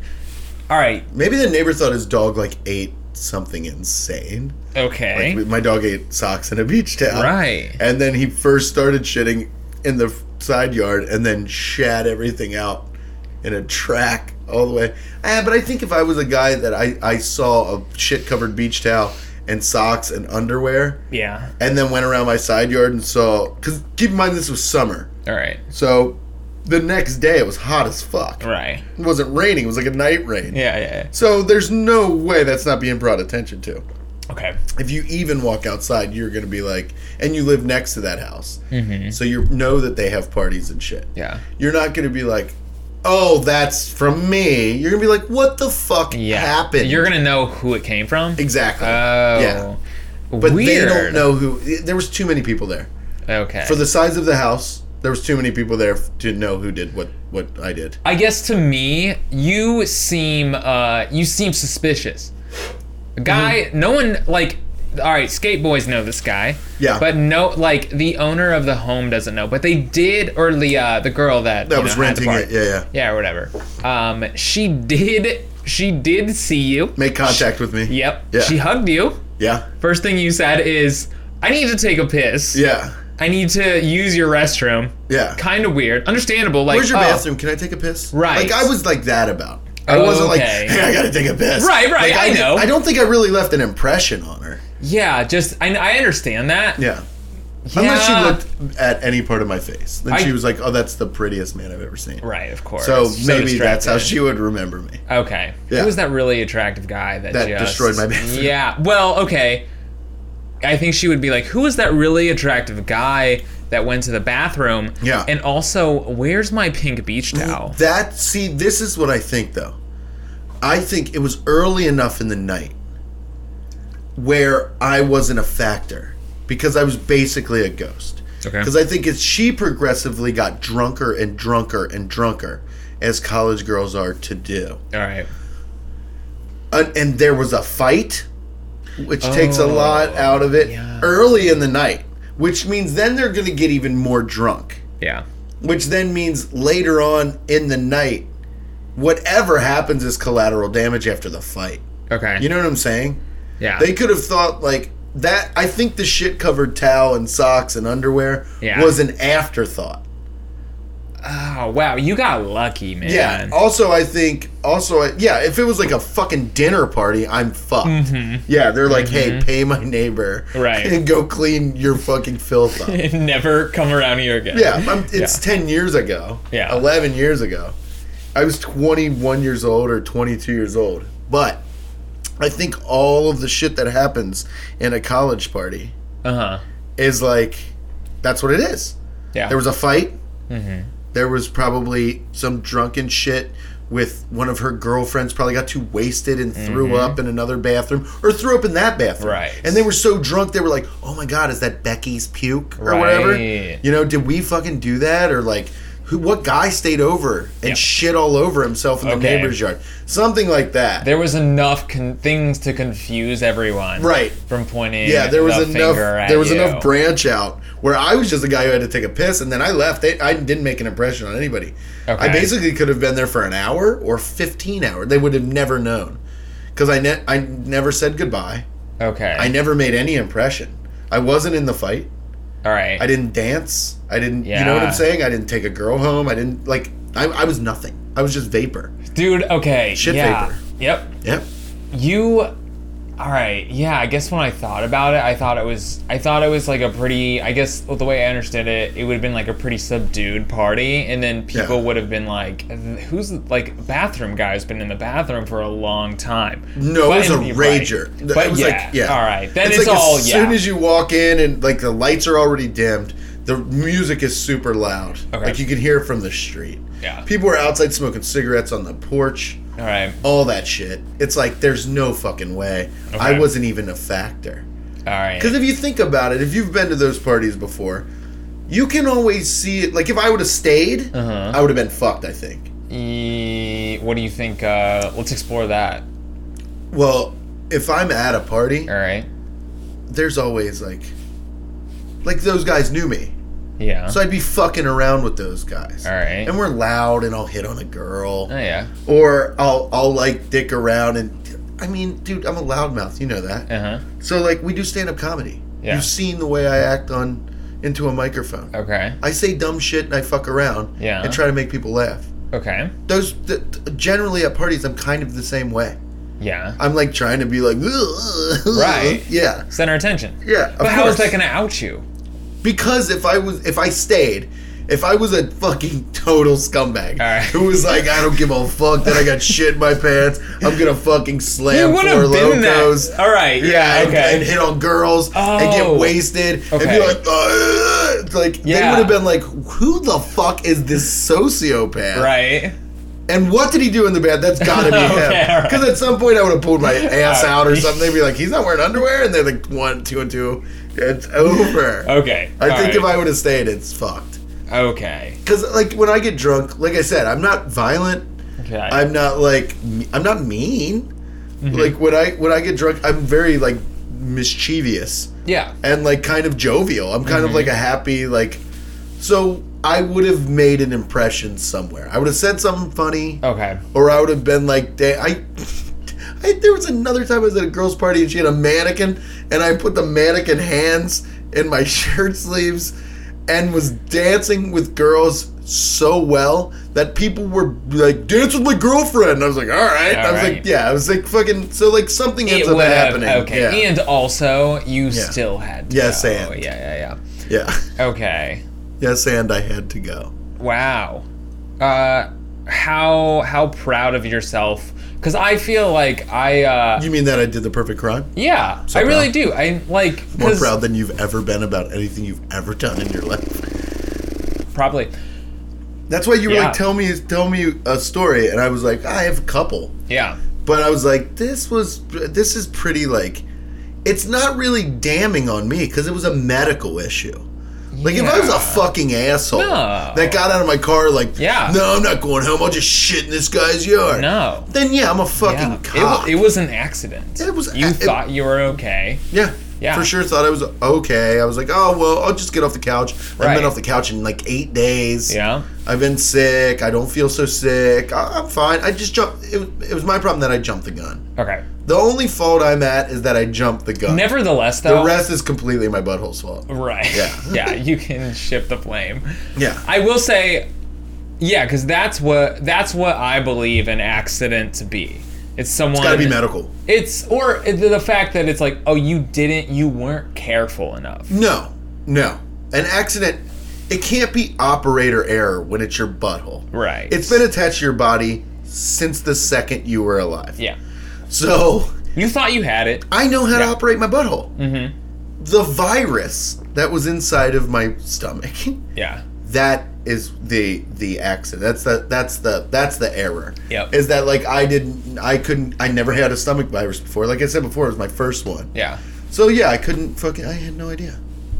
C: All right.
D: Maybe the neighbor thought his dog like ate something insane.
C: Okay.
D: Like, my dog ate socks in a beach towel.
C: Right.
D: And then he first started shitting in the f- side yard and then shat everything out in a track all the way. Eh, but I think if I was a guy that I, I saw a shit covered beach towel and socks and underwear
C: yeah.
D: and then went around my side yard and saw, because keep in mind this was summer.
C: All right.
D: So the next day it was hot as fuck.
C: Right.
D: It wasn't raining, it was like a night rain.
C: Yeah, yeah.
D: So there's no way that's not being brought attention to
C: yeah. Okay.
D: if you even walk outside, you're gonna be like, and you live next to that house, so you know that they have parties and shit.
C: Mm-hmm. Yeah.
D: You're not gonna be like, oh, that's from me. You're gonna be like, what the fuck
C: Yeah.
D: happened?
C: You're gonna know who it came from.
D: exactly.
C: Oh.
D: Yeah.
C: But
D: But
C: Weird.
D: they don't know who. There was too many people there
C: Okay.
D: for the size of the house. There was too many people there f- to know who did what. What I did.
C: I guess to me, you seem uh, you seem suspicious. A guy,
D: Mm-hmm.
C: no one like. All right, skate boys know this guy.
D: Yeah.
C: But no, like the owner of the home doesn't know, but they did, or the uh, the girl that
D: That
C: you
D: was
C: know, had the
D: renting
C: party.
D: it. Yeah, yeah.
C: Yeah, or whatever. Um, she did. She did see you.
D: Make contact with me.
C: Yep.
D: Yeah.
C: She hugged you.
D: Yeah.
C: First thing you said is, "I need to take a piss.
D: Yeah.
C: I need to use your restroom."
D: Yeah.
C: Kind of weird. Understandable. Like,
D: Where's your
C: oh.
D: bathroom? Can I take a piss?
C: Right.
D: Like I was like that about. It. I wasn't like,
C: Okay.
D: hey, I gotta take a piss.
C: Right, right,
D: Like,
C: I
D: did-
C: know.
D: I don't think I really left an impression on her.
C: Yeah, just I, I understand that.
D: Yeah. Unless she looked at any part of my face, then
C: I-
D: she was like, "Oh, that's the prettiest man I've ever seen."
C: Right, of course.
D: So, maybe that's how
C: distracted.
D: she would remember me.
C: Okay.
D: Yeah.
C: Who was that really attractive guy that,
D: That
C: just
D: destroyed my bathroom.
C: Yeah. Well, okay. I think she would be like, "Who was that really attractive guy that went to the bathroom?"
D: Yeah.
C: And also, where's my pink beach towel?
D: That see, this is what I think though. I think it was early enough in the night where I wasn't a factor because I was basically a ghost.
C: Okay.
D: Because I think it's she progressively got drunker and drunker and drunker as college girls are to do.
C: All right.
D: And, and there was a fight, which takes a lot out of it
C: Oh, yeah.
D: early in the night, which means then they're going to get even more drunk
C: Yeah.
D: which then means later on in the night, whatever happens is collateral damage after the fight.
C: Okay.
D: You know what I'm saying?
C: Yeah.
D: They could have thought like that. I think the shit covered towel and socks and underwear
C: Yeah.
D: was an afterthought.
C: Oh wow, you got lucky, man.
D: Yeah. Also, I think also I, yeah, if it was like a fucking dinner party, I'm fucked. Yeah, they're like, hey, pay my neighbor,
C: Right.
D: and go clean your fucking filth
C: (laughs)
D: up.
C: Never come around here again.
D: yeah, I'm, it's ten years ago.
C: Yeah.
D: eleven years ago. I was 21 years old or 22 years old, but I think all of the shit that happens in a college party
C: Uh huh.
D: is like that's what it is.
C: Yeah. Mm-hmm.
D: There was a fight. There was probably some drunken shit with one of her girlfriends. Probably got too wasted and threw up in another bathroom, or threw up in that bathroom.
C: Mm-hmm. Right.
D: And they were so drunk they were like, "Oh my god, is that Becky's puke or whatever?"
C: Right.
D: You know, did we fucking do that or like? Who, what guy stayed over and
C: Yeah.
D: shit all over himself in the
C: Okay.
D: neighbor's yard? Something like that.
C: there was enough con- things to confuse everyone.
D: Right.
C: From pointing.
D: Yeah, there was
C: the
D: enough.
C: finger at
D: There was
C: you.
D: enough branch out where I was just a guy who had to take a piss, and then I left. They, I didn't make an impression on anybody. I
C: Okay.
D: basically could have been there for an hour or fifteen hours. They would have never known because I ne- I never said goodbye.
C: Okay.
D: I never made any impression. I wasn't in the fight.
C: All right.
D: I didn't dance. I didn't. You know what
C: Yeah.
D: I'm saying? I didn't take a girl home. I didn't like. I, I was nothing. I was just vapor.
C: Dude. Okay.
D: Shit
C: yeah.
D: vapor.
C: Yep.
D: Yep.
C: You. All right. Yeah. I guess when I thought about it, I thought it was. I thought it was like a pretty. I guess well, the way I understood it, it would have been like a pretty subdued party, and then people
D: Yeah.
C: would have been like, "Who's like bathroom guy who's been in the bathroom for a long time?"
D: No, it was
C: But-
D: a
C: you're right.
D: rager. Th-
C: But
D: it was
C: yeah,
D: like yeah.
C: All right. Then it's,
D: like
C: all
D: as
C: yeah.
D: soon as you walk in and like the lights are already dimmed, the music is super loud.
C: Okay.
D: Like you can hear it from the street.
C: Yeah.
D: People are outside smoking cigarettes on the porch,
C: all right.
D: all that shit. It's like there's no fucking way. I wasn't even a factor.
C: All right.
D: Because if you think about it, if you've been to those parties before, you can always see it. Like if I would have stayed,
C: Uh-huh.
D: I would have been fucked. I think.
C: E- what do you think? Uh, let's explore that.
D: Well, if I'm at a party,
C: All right.
D: there's always like like those guys knew me
C: Yeah.
D: so i'd be fucking around with those guys
C: All right.
D: and we're loud and i'll hit on a girl
C: oh yeah.
D: or i'll i'll like dick around and i mean dude i'm a loudmouth you know that
C: Uh huh.
D: so like we do stand-up comedy
C: Yeah.
D: you've seen the way i act on into a microphone
C: Okay.
D: i say dumb shit and i fuck around
C: Yeah.
D: and try to make people laugh
C: Okay.
D: those th- th- generally at parties i'm kind of the same way
C: Yeah.
D: i'm like trying to be like (laughs)
C: Right.
D: yeah
C: Center attention.
D: yeah
C: But how is that gonna out you?
D: because if I was if I stayed, if I was a fucking (laughs) total scumbag
C: Alright.
D: who was like, I don't give a fuck that I
C: (laughs)
D: got shit in my pants, I'm gonna fucking slam
C: You would
D: four
C: have been
D: locos.
C: that. All right.
D: Yeah,
C: Yeah.
D: and,
C: okay.
D: and hit on girls and
C: Oh.
D: get wasted and
C: Okay.
D: be like, "Ugh," it's like they
C: Yeah.
D: would have been like, who the fuck is this sociopath?
C: right.
D: And what did he do in the bed? That's gotta be
C: (laughs) Okay,
D: him.
C: alright.
D: Because at some point I would have pulled my ass out or
C: Alright.
D: something. They'd be like, he's not wearing underwear, and they're like, one, two, and two. It's
C: (laughs)
D: over.
C: Okay.
D: I think if I would have stayed, it's fucked.
C: if I. Okay.
D: Because like when I get drunk, like I said, I'm not violent.
C: Okay.
D: I'm not like me- I'm not mean. Like when I when I get drunk, I'm very like mischievous
C: yeah.
D: and like kind of jovial. I'm kind of like a happy like. So I would have made an impression somewhere. I would have said something funny,
C: Okay.
D: or I would have been like, "Day I." I, there was another time I was at a girl's party and she had a mannequin, and I put the mannequin hands in my (laughs) shirt sleeves and was dancing with girls so well that people were like, dance with my girlfriend. And I was like, all right. I was like,
C: Alright.
D: yeah. I was like, fucking. So, like, something
C: It
D: ends up
C: would have-
D: happening.
C: Okay.
D: Yeah.
C: And also, you still had. To
D: Yes,
C: go.
D: and.
C: Yeah. Yeah. Yeah.
D: yeah. (laughs)
C: Okay.
D: Yes, and I had to go.
C: Wow. Uh, how how proud of yourself? Because I feel like I. Uh,
D: You mean that I did the perfect crime?
C: yeah. I
D: proud.
C: really do. I like.
D: More
C: 'cause-
D: proud than you've ever been about anything you've ever done in your life.
C: Probably.
D: That's why you were
C: Yeah.
D: like, tell me, tell me a story, and I was like, I have a couple,
C: Yeah.
D: but I was like, this was, this is pretty like, it's not really damning on me because it was a medical issue. Like if I was a
C: Yeah.
D: fucking asshole
C: No.
D: that got out of my car, like,
C: Yeah.
D: no, I'm not going home. I'll just shit in this guy's yard.
C: No.
D: Then yeah, I'm a fucking
C: Yeah. It, wa-
D: cop.
C: it was an accident.
D: It was-
C: You
D: it-
C: thought you were okay.
D: yeah.
C: Yeah.
D: For sure, thought I was okay. I was like, oh well, I'll just get off the couch. I've
C: Right.
D: been off the couch in like eight days.
C: Yeah.
D: I've been sick. I don't feel so sick. I, I'm fine. I just jumped. It, it was my problem that I jumped the gun.
C: Okay.
D: The only fault I'm at is that I jumped the gun.
C: Nevertheless, though.
D: The rest is completely my butthole's fault.
C: (laughs) Right.
D: Yeah.
C: yeah. You can ship the flame.
D: Yeah.
C: I will say, Yeah, because that's what that's what I believe an accident to be. It's someone.
D: It's got to be medical.
C: It's or the the fact that it's like, oh, you didn't, you weren't careful enough.
D: No, no. An accident, it can't be operator error when it's your butthole.
C: Right.
D: It's been attached to your body since the second you were alive.
C: yeah.
D: So
C: You thought you had it.
D: I know how to operate my butthole. Mm-hmm. The virus that was inside of my stomach,
C: Yeah.
D: that is the the accident. That's the that's the that's the error.
C: Yep.
D: Is that like I didn't I couldn't I never had a stomach virus before. Like I said before, it was my first one.
C: Yeah.
D: So yeah, I couldn't fucking I had no idea.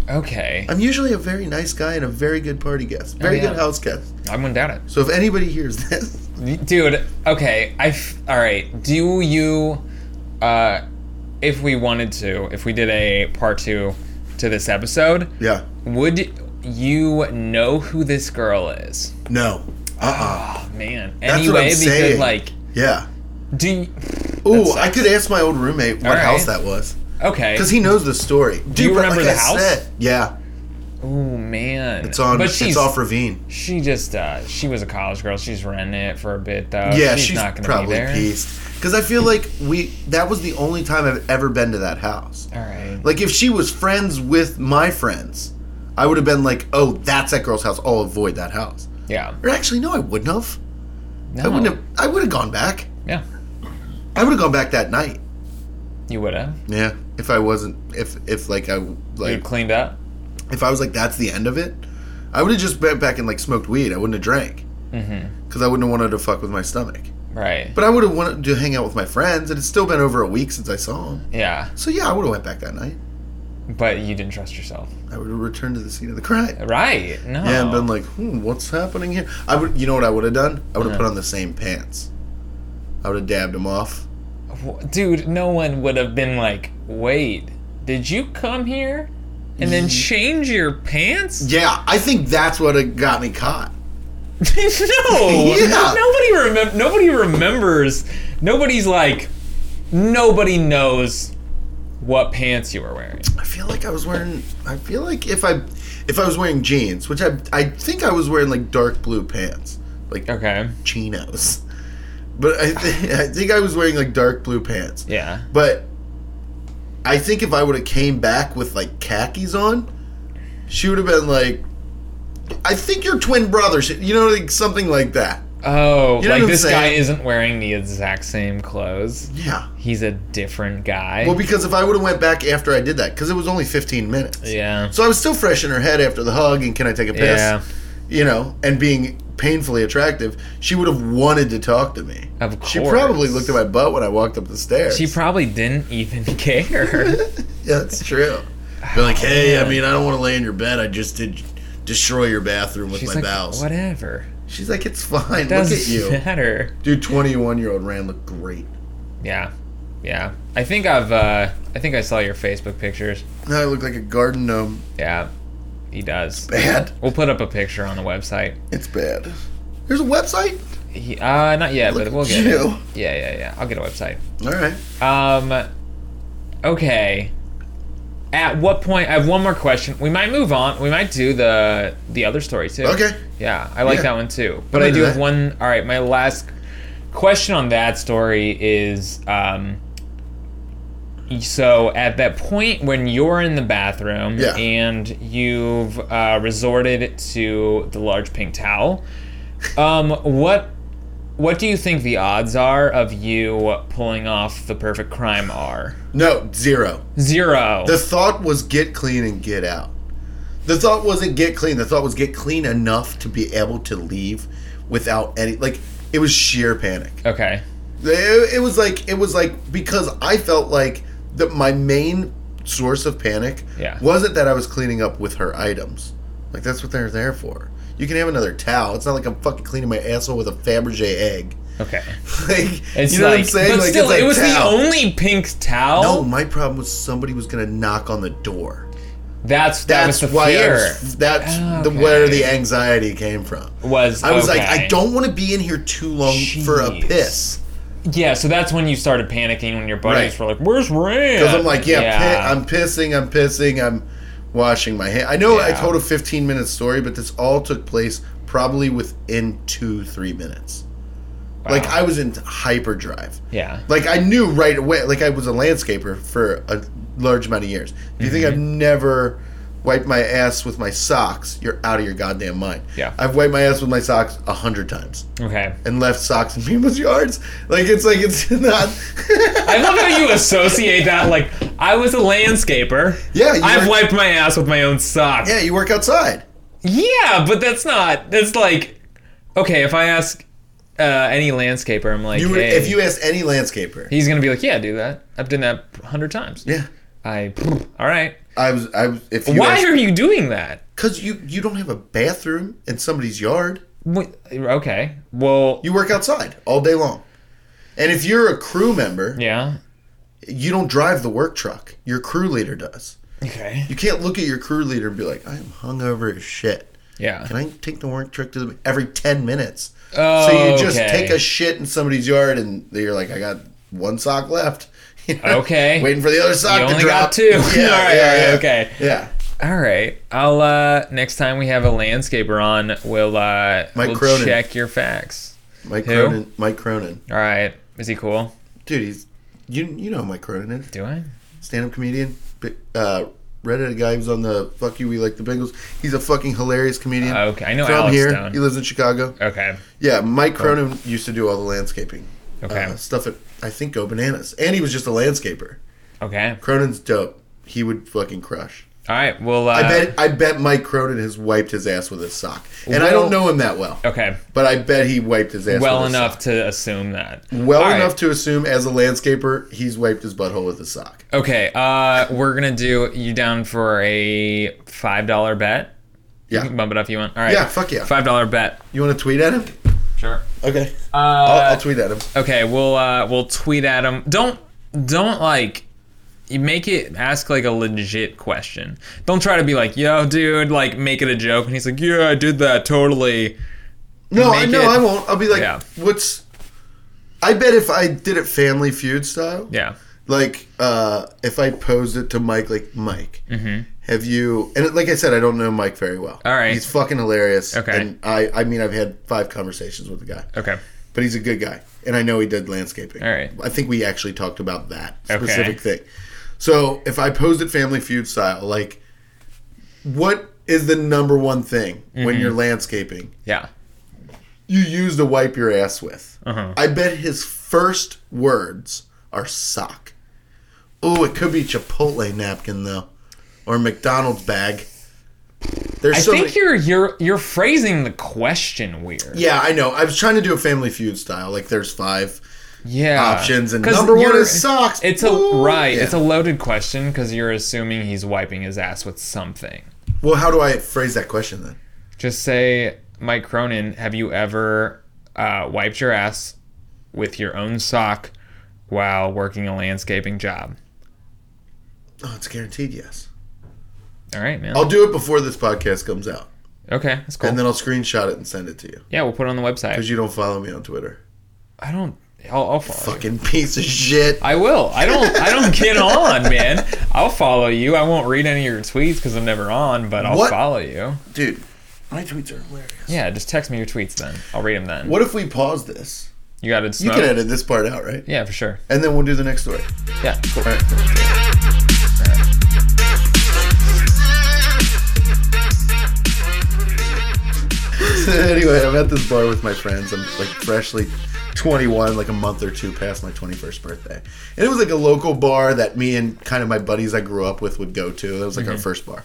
C: Okay.
D: I'm usually a very nice guy and a very good party guest, very
C: Oh, yeah.
D: good house guest.
C: I wouldn't doubt it.
D: So if anybody hears this, (laughs)
C: dude okay i f- all right do you uh if we wanted to if we did a part two to this episode
D: yeah,
C: would you know who this girl is
D: no,
C: oh man
D: That's
C: anyway
D: what I'm
C: because
D: saying.
C: like
D: yeah.
C: do you,
D: Ooh, I could ask my old roommate what
C: Alright.
D: house that was
C: okay
D: because he knows the story. Do
C: you remember the house?
D: yeah,
C: oh man
D: it's on.
C: but she's
D: it's off Ravine.
C: she just uh she was a college girl she's renting it for a bit though
D: yeah, she's,
C: Oh, not gonna be
D: probably
C: there
D: pieced. Because I feel like we that was the only time I've ever been to that house.
C: all right
D: Like if she was friends with my friends, I would have been like, oh, that's that girl's house. I'll avoid that house.
C: yeah
D: Or actually, no, I wouldn't have.
C: no.
D: I wouldn't have. I would have gone back.
C: yeah
D: I would have gone back that night.
C: you would have
D: Yeah, if I wasn't, if if like I
C: you
D: like,
C: cleaned up
D: if I was like, that's the end of it, I would have just went back and like smoked weed. I wouldn't have drank
C: Mm-hmm.
D: because I wouldn't have wanted to fuck with my stomach.
C: right
D: But I would have wanted to hang out with my friends. It had still been over a week since I saw them.
C: yeah
D: So yeah, I would have went back that night.
C: but you didn't trust yourself
D: I would have returned to the scene of the crime.
C: Right. No.
D: Yeah, and been like, hmm, what's happening here? I would, you know what I would have done? I would have put on the same pants. I would have dabbed them off.
C: W- dude, no one would have been like, "Wait, did you come here and then change your pants?"
D: Yeah, I think that's what had got me caught.
C: (laughs) no.
D: (laughs) Yeah.
C: Nobody remem- Nobody remembers. Nobody's like. Nobody knows what pants you were wearing.
D: I feel like I was wearing. I feel like if I, if I was wearing jeans, which I I think I was wearing like dark blue pants, like
C: Okay.
D: chinos, but I (laughs) th- I think I was wearing like dark blue pants.
C: Yeah.
D: But I think if I would have came back with like khakis on, she would have been like, I think your twin brother should, you know, like something like that.
C: Oh,
D: You know what
C: like
D: I'm
C: this guy
D: saying?
C: isn't wearing the exact same clothes.
D: Yeah.
C: He's a different guy.
D: Well, because if I would have went back after I did that, because it was only 15 minutes.
C: yeah.
D: So I was still fresh in her head after the hug and can I take a piss?
C: Yeah.
D: You know, and being painfully attractive, she would have wanted to talk to me.
C: Of
D: She probably
C: course.
D: looked at my butt when I walked up the stairs.
C: She probably didn't even (laughs) care.
D: Yeah, that's true. Be like,
C: Oh,
D: hey, I mean, I don't want to lay in your bed. I just did destroy your bathroom with
C: She's
D: my
C: like,
D: bowels.
C: whatever.
D: She's like, it's fine. Look at
C: Doesn't (laughs)
D: you,
C: matter.
D: dude. Twenty-one-year-old Rand looked great.
C: Yeah, yeah. I think I've. Uh, I think I saw your Facebook pictures.
D: Now I look like a garden gnome.
C: Yeah, he does.
D: Bad.
C: We'll put up a picture on the website.
D: It's bad. There's a website.
C: He, uh, not yet,
D: Look
C: but we'll
D: at
C: get. It.
D: you.
C: Yeah, yeah, yeah. I'll get a website.
D: All right.
C: Um, okay. At what point? I have one more question. We might move on. We might do the the other story too.
D: Okay.
C: Yeah, I like
D: Yeah.
C: that one too.
D: I'm
C: But I
D: into
C: do have
D: that.
C: one. All right, my last question on that story is um, so at that point when you're in the bathroom
D: Yeah.
C: and you've uh, resorted to the large pink towel, um, what what do you think the odds are of you pulling off the perfect crime are?
D: No, zero.
C: Zero.
D: The thought was get clean and get out. The thought wasn't get clean. The thought was get clean enough to be able to leave without any. Like it was sheer panic.
C: okay.
D: It, it was like it was like because I felt like that my main source of panic
C: Yeah.
D: wasn't that I was cleaning up with her items. Like that's what they're there for. You can have another towel. It's not like I'm fucking cleaning my asshole with a Fabergé egg. (laughs)
C: Okay.
D: Like
C: It's
D: you know
C: like,
D: what I'm saying?
C: but
D: like
C: still,
D: it's like
C: it was
D: towel.
C: the only pink towel.
D: No, my problem was somebody was gonna knock on the door.
C: That's that
D: That's
C: was the
D: why I
C: fear.
D: was, that's the where the anxiety came from.
C: was
D: I was like,
C: okay.
D: I don't want to be in here too long for a
C: Jeez.
D: piss.
C: Yeah, so that's when you started panicking when your buddies
D: Right.
C: were like, "Where's Rand?"
D: Because I'm like, yeah, pi- I'm pissing, I'm pissing, I'm washing my hand. I know I
C: Yeah.
D: told a 15 minute story, but this all took place probably within two, three minutes. Like I was in hyperdrive.
C: Yeah.
D: Like I knew right away. Like I was a landscaper for a large amount of years. If you think I've
C: Mm-hmm.
D: never wiped my ass with my socks, you're out of your goddamn mind.
C: Yeah.
D: I've wiped my ass with my socks a hundred times
C: Okay.
D: and left socks in people's (laughs) yards. Like it's like it's (laughs) not.
C: I love how you associate that. Like, I was a landscaper.
D: Yeah, you
C: I've
D: were-
C: wiped my ass with my own sock.
D: (laughs) yeah, you work outside.
C: Yeah, but that's not. That's like, okay, if I ask uh, any landscaper, I'm like,
D: You would,
C: hey,
D: if you ask any landscaper.
C: he's gonna be like, yeah, do that. I've done that a hundred times.
D: Yeah.
C: I. All right.
D: I was. I was. If you
C: Why
D: asked-
C: are you doing that?
D: Because you you don't have a bathroom in somebody's yard.
C: Wait, okay. Well.
D: You work outside all day long. And if you're a crew member,
C: yeah.
D: you don't drive the work truck. Your crew leader does.
C: Okay.
D: You can't look at your crew leader and be like, "I am hungover as shit.
C: Yeah.
D: Can I take the work truck to the every ten minutes?"
C: Oh,
D: so you just
C: okay.
D: take a shit in somebody's yard, and you're like, "I got one sock left." (laughs) You know,
C: Okay.
D: Waiting for the other sock
C: You
D: to
C: only
D: drop.
C: got two. (laughs) All right, all right, okay.
D: Yeah.
C: All right. I'll uh next time we have a landscaper on, we'll uh
D: Mike
C: we'll
D: Cronin.
C: check your facts.
D: Mike
C: Who?
D: Cronin. Mike Cronin.
C: All right. Is he cool?
D: Dude, he's you you know who Mike Cronin is.
C: Do I?
D: stand-up comedian. bi- Uh, Reddit, a guy who's on the "Fuck You, We Like the Bengals." He's a fucking hilarious comedian.
C: Uh, Okay, I know
D: from
C: Alex
D: here.
C: Stone.
D: He lives in Chicago.
C: Okay.
D: Yeah, Mike Cronin used to do all the landscaping.
C: Okay.
D: uh, stuff at I think Go Bananas, and he was just a landscaper.
C: Okay.
D: Cronin's dope. He would fucking crush.
C: All right. Well. Uh,
D: I bet. I bet Mike Cronin has wiped his ass with his sock, and I
C: Well-
D: don't know him that well.
C: Okay.
D: But I bet he wiped his ass
C: Well
D: with his
C: enough
D: sock.
C: to assume that.
D: Well
C: All right.
D: enough to assume, as a landscaper, he's wiped his butthole with his sock.
C: Okay. Uh, we're gonna do you down for a five dollar bet.
D: Yeah.
C: You can bump it up if you want. All right.
D: Yeah, fuck yeah.
C: Five dollar bet.
D: You want to tweet at him?
B: Sure.
D: Okay,
C: Uh,
D: I'll, I'll tweet at him.
C: okay. We'll uh, we'll tweet at him. Don't don't like. You make it ask like a legit question. Don't try to be like, "Yo, dude," like make it a joke. And he's like, "Yeah, I did that totally."
D: No, I
C: make
D: know
C: it-
D: I won't. I'll be like,
C: Yeah.
D: what's? I bet if I did it Family Feud style,
C: Yeah.
D: Like, uh, if I posed it to Mike, like Mike, have you? And like I said, I don't know Mike very well.
C: Mm-hmm. All right.
D: he's fucking hilarious.
C: Okay.
D: and I, I mean, I've had five conversations with the guy,
C: Okay.
D: but he's a good guy, and I know he did landscaping.
C: All right.
D: I think we actually talked about that
C: Okay.
D: specific thing. So if I posed it Family Feud style, like, what is the number one thing
C: Mm-hmm.
D: when you're landscaping?
C: Yeah.
D: you use to wipe your ass with.
C: Uh-huh.
D: I bet his first words are sock. Oh, it could be Chipotle napkin though, or McDonald's bag. There's
C: I
D: so
C: think
D: many-
C: you're you're you're phrasing the question weird.
D: yeah, I know. I was trying to do a Family Feud style. Like there's five
C: yeah.
D: options, and
C: 'Cause
D: number one
C: you're-
D: is socks.
C: It's a
D: Ooh,
C: right.
D: yeah.
C: It's a loaded question because you're assuming he's wiping his ass with something.
D: well, how do I phrase that question then?
C: Just say, Mike Cronin, have you ever uh, wiped your ass with your own sock while working a landscaping job?
D: Oh, it's guaranteed yes.
C: All right, man.
D: I'll do it before this podcast comes out,
C: okay, that's cool.
D: Oh. and then I'll screenshot it and send it to you
C: yeah, we'll put it on the website.
D: because you don't follow me on Twitter.
C: I don't. I'll, I'll follow. you.
D: Fucking piece of shit.
C: I will. I don't. I don't get on, man. I'll follow you. I won't read any of your tweets because I'm never on, but I'll
D: What?
C: follow you.
D: Dude, my tweets are hilarious.
C: Yeah, just text me your tweets then. I'll read them then.
D: What if we pause this?
C: You got to
D: You
C: smoke.
D: can edit this part out, right?
C: yeah, for sure.
D: And then we'll do the next story.
C: Yeah.
D: All right. So (laughs) anyway, I'm at this bar with my friends. I'm like freshly 21, like a month or two past my 21st birthday. And it was like a local bar that me and kind of my buddies I grew up with would go to. That was like
C: Mm-hmm.
D: our first bar.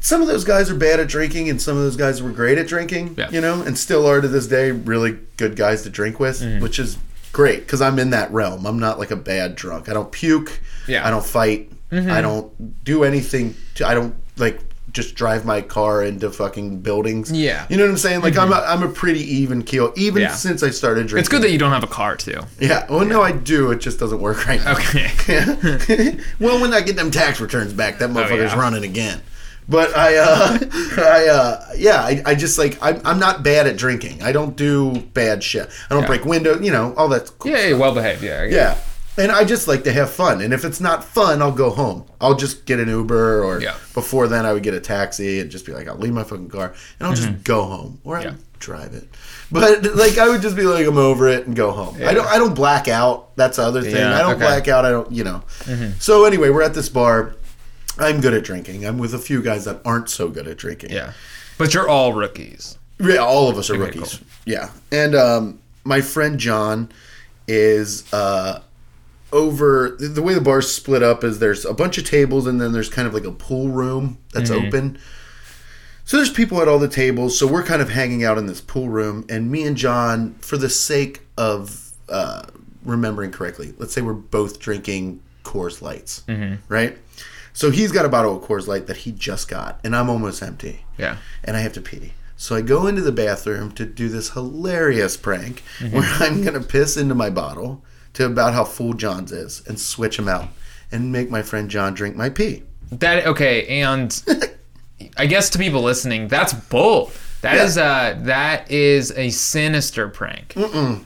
D: Some of those guys are bad at drinking, and some of those guys were great at drinking,
B: Yeah.
D: you know, and still are to this day really good guys to drink with,
C: Mm-hmm.
D: which is great because I'm in that realm. I'm not like a bad drunk. I don't puke.
C: Yeah. Mm-hmm.
D: I don't fight. I don't do anything. To, I don't like just drive my car into fucking buildings.
C: Yeah.
D: You know what I'm saying? Like I'm a, I'm a pretty even keel even
C: Mm-hmm. Yeah.
D: since I started drinking.
C: It's good that you don't have a car too.
D: Yeah. Well, no, I do. It just doesn't work right now.
C: (laughs) Okay.
D: (laughs) well, when I get them tax returns back, that motherfucker's
C: Oh, yeah.
D: running again. But I, uh, (laughs) I, uh, yeah, I, I just like I'm, I'm not bad at drinking. I don't do bad shit. I don't break windows. You know, all that. Cool.
C: Yeah, yeah, well behaved. Yeah. I guess.
D: Yeah. And I just like to have fun. And if it's not fun, I'll go home. I'll just get an Uber or
C: Yeah.
D: before then I would get a taxi and just be like, I'll leave my fucking car and I'll just go home or
C: Mm-hmm. Yeah.
D: I'll drive it. But like I would just be like, I'm over it and go home. I don't I don't black out. That's the other thing.
C: Yeah,
D: I don't
C: okay. Mm-hmm.
D: black out. I don't, you know. So anyway, we're at this bar. I'm good at drinking. I'm with a few guys that aren't so good at drinking.
C: Yeah. But you're all rookies.
D: Yeah, all of us are rookies. Yeah, and um, my friend John is uh, over. The the way the bar's split up is there's a bunch of tables, and then there's kind of like a pool room that's open. So there's people at all the tables. So we're kind of hanging out in this pool room, and me and John, for the sake of uh, remembering correctly, let's say we're both drinking Coors Lights, right? So he's got a bottle of Coors Light that he just got, and I'm almost empty
C: Yeah.
D: and I have to pee. So I go into the bathroom to do this hilarious prank
C: Mm-hmm.
D: where (laughs) I'm going to piss into my bottle to about how full John's is and switch him out and make my friend John drink my pee.
C: That okay,
D: (laughs)
C: and I guess to people listening, that's bull. That
D: Yeah.
C: is a that is a sinister prank.
D: Mm.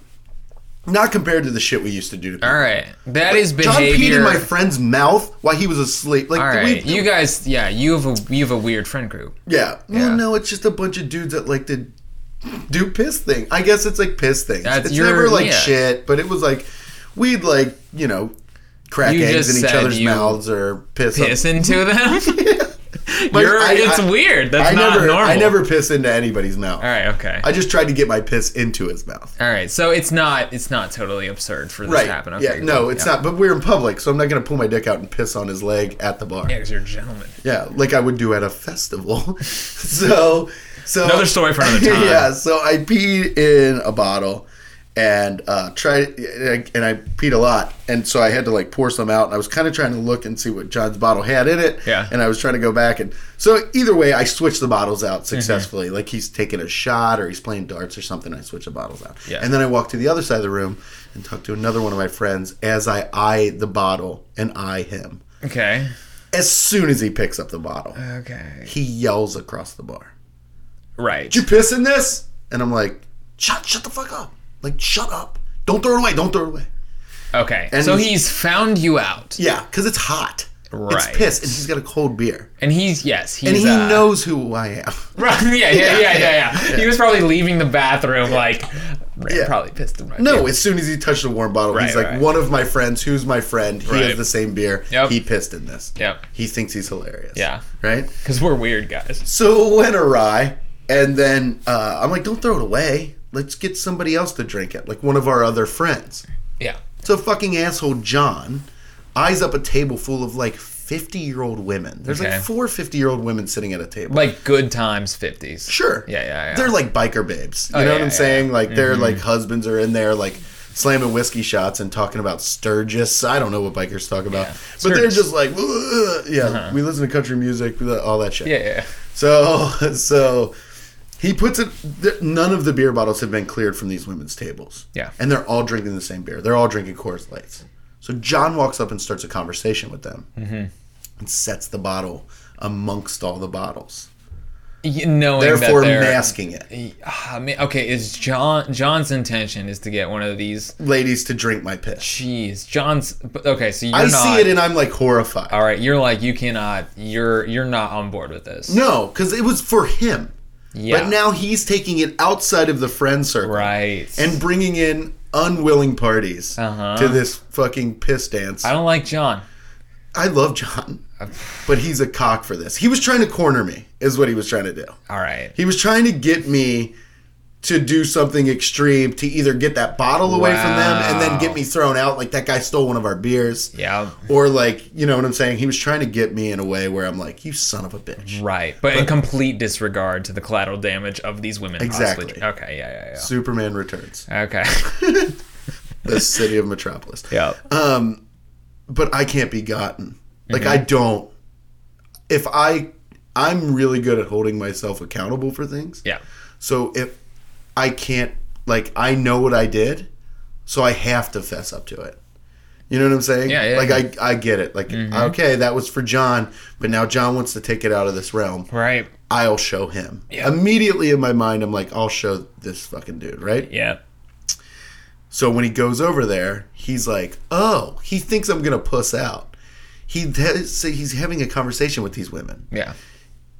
D: Not compared to the shit we used to do to people.
C: All right, that is
D: John peed
C: behavior.
D: in my friend's mouth while he was asleep. Like
C: All
D: we-
C: right, you guys, yeah, you have a you have a weird friend group.
D: yeah.
C: Yeah.
D: Well, no, it's just a bunch of dudes that like to do piss thing. I guess it's like piss things.
C: That's
D: it's
C: your-
D: never like
C: yeah.
D: shit, but it was like we'd like you know crack
C: You
D: eggs
C: just
D: in each
C: said
D: other's
C: you
D: mouths or piss. up- (laughs)
C: Piss into them.
D: But
C: (laughs) You're,
D: I-
C: it's
D: I-
C: weird. That's
D: I
C: not
D: never,
C: normal.
D: I never piss into anybody's mouth.
C: All right, okay.
D: I just tried to get my piss into his mouth.
C: All right, so it's not it's not totally absurd for this
D: Right.
C: to happen. Okay,
D: yeah. No,
C: cool,
D: it's
C: yeah.
D: not. But we're in public, so I'm not gonna pull my dick out and piss on his leg at the bar.
C: Yeah,
D: Yeah,
C: 'cause you're a gentleman.
D: like I would do at a festival. (laughs) so, so
C: Another story for another time.
D: (laughs) yeah. So I peed in a bottle. And uh, tried, and I- and I peed a lot, and so I had to like pour some out. And I was kind of trying to look and see what John's bottle had in it.
C: Yeah.
D: And I was trying to go back, and so either way, I switched the bottles out
C: Mm-hmm.
D: successfully. Like he's taking a shot or he's playing darts or something. I switch the bottles out.
C: Yeah.
D: And then I walk to the other side of the room and talk to another one of my friends as I eye the bottle and eye him.
C: Okay.
D: As soon as he picks up the
C: Oh,
D: bottle,
C: Okay.
D: he yells across the bar.
C: Right.
D: Did you piss in this? And I'm like, shut, shut the fuck up. Like, shut up. Don't throw it away. Don't throw it away.
C: Okay.
D: And
C: so
D: he's-
C: he's found you out,
D: Yeah, because it's hot. It's
C: Right.
D: piss, and he's got a cold beer,
C: and he's yes, he's
D: and he
C: uh,
D: knows who I am.
C: Right, (laughs) yeah, yeah, yeah, yeah, yeah. He was probably leaving the bathroom, like Ray
D: Yeah.
C: probably pissed him right.
D: No,
C: yeah.
D: as soon as he touched the warm bottle,
C: Right,
D: he's like,
C: right.
D: one of my friends, who's my friend, he
C: Right.
D: has the same beer.
C: Yep.
D: He pissed in this.
C: Yep.
D: He thinks he's hilarious.
C: Yeah.
D: Right?
C: because we're weird guys.
D: So it went awry, and then uh, I'm like, don't throw it away. Let's get somebody else to drink it, like one of our other friends.
C: Yeah,
D: So fucking asshole John eyes up a table full of like 50 year old women. There's
C: Okay.
D: like four 50 year old women sitting at a table.
C: like good times fifties.
D: Sure.
C: Yeah, yeah, yeah. Oh,
D: They're like biker babes. You know
C: yeah,
D: what I'm
C: yeah, Mm-hmm.
D: saying? Like their like husbands are in there like slamming whiskey shots and talking about Sturgis. I don't know what bikers talk about, but they're
C: Sturgis. Uh-huh.
D: just like, "Ugh." yeah. We listen to country music, we li- all that shit.
C: Yeah, yeah.
D: So (laughs) so he puts it. th- None of the beer bottles have been cleared from these women's tables.
C: Yeah.
D: and they're all drinking the same beer. They're all drinking Coors Lights. So John walks up and starts a conversation with them,
C: Mm-hmm.
D: and sets the bottle amongst all the bottles,
C: yeah. Y- Knowing
D: therefore
C: that they're,
D: masking it.
C: Ah, man, okay, is John John's intention is to get one of these?
D: ladies to drink my piss.
C: Jeez, John's. but- Okay, so you're
D: I
C: not.
D: see it and I'm like horrified.
C: all right, you're like you cannot. You're you're not on board with this.
D: No, because it was for him.
C: Yeah.
D: But now he's taking it outside of the friend circle
C: Right.
D: and bringing in unwilling parties
C: Uh-huh.
D: to this fucking piss dance.
C: I
D: I,
C: don't like John.
D: love John, but he's a cock for this. He was trying to corner me, is what he was trying to do.
C: All right.
D: He was trying to get me to do something extreme to either get that bottle away from them and then get
C: Wow.
D: me thrown out like that guy stole one of our beers.
C: Yeah.
D: or like you know what I'm saying. He was trying to get me in a way where I'm like, you son of a bitch.
C: Right, but, in complete disregard to the collateral damage of these women. possibly.
D: Exactly.
C: Okay. Yeah. Yeah.
D: Superman Returns, (laughs)
C: Yeah. Okay.
D: the city of Metropolis. Um,
C: yeah.
D: But I can't be gotten. Like I
C: Mm-hmm.
D: don't. If I, I'm really good at holding myself accountable for things.
C: yeah.
D: So if I can't, like I know what I did, so I have to fess up to it. You know what I'm saying?
C: Yeah, yeah, Mm-hmm.
D: Like I, I get it. Like okay, that was for John, but now John wants to take it out of this realm.
C: Right.
D: I'll show him. Immediately in my mind, I'm like, I'll show this fucking dude, right?
C: Yeah.
D: So when he goes over there, he's like, "Oh, he thinks I'm gonna puss out." He has, so he's having a conversation with these women,
C: Yeah.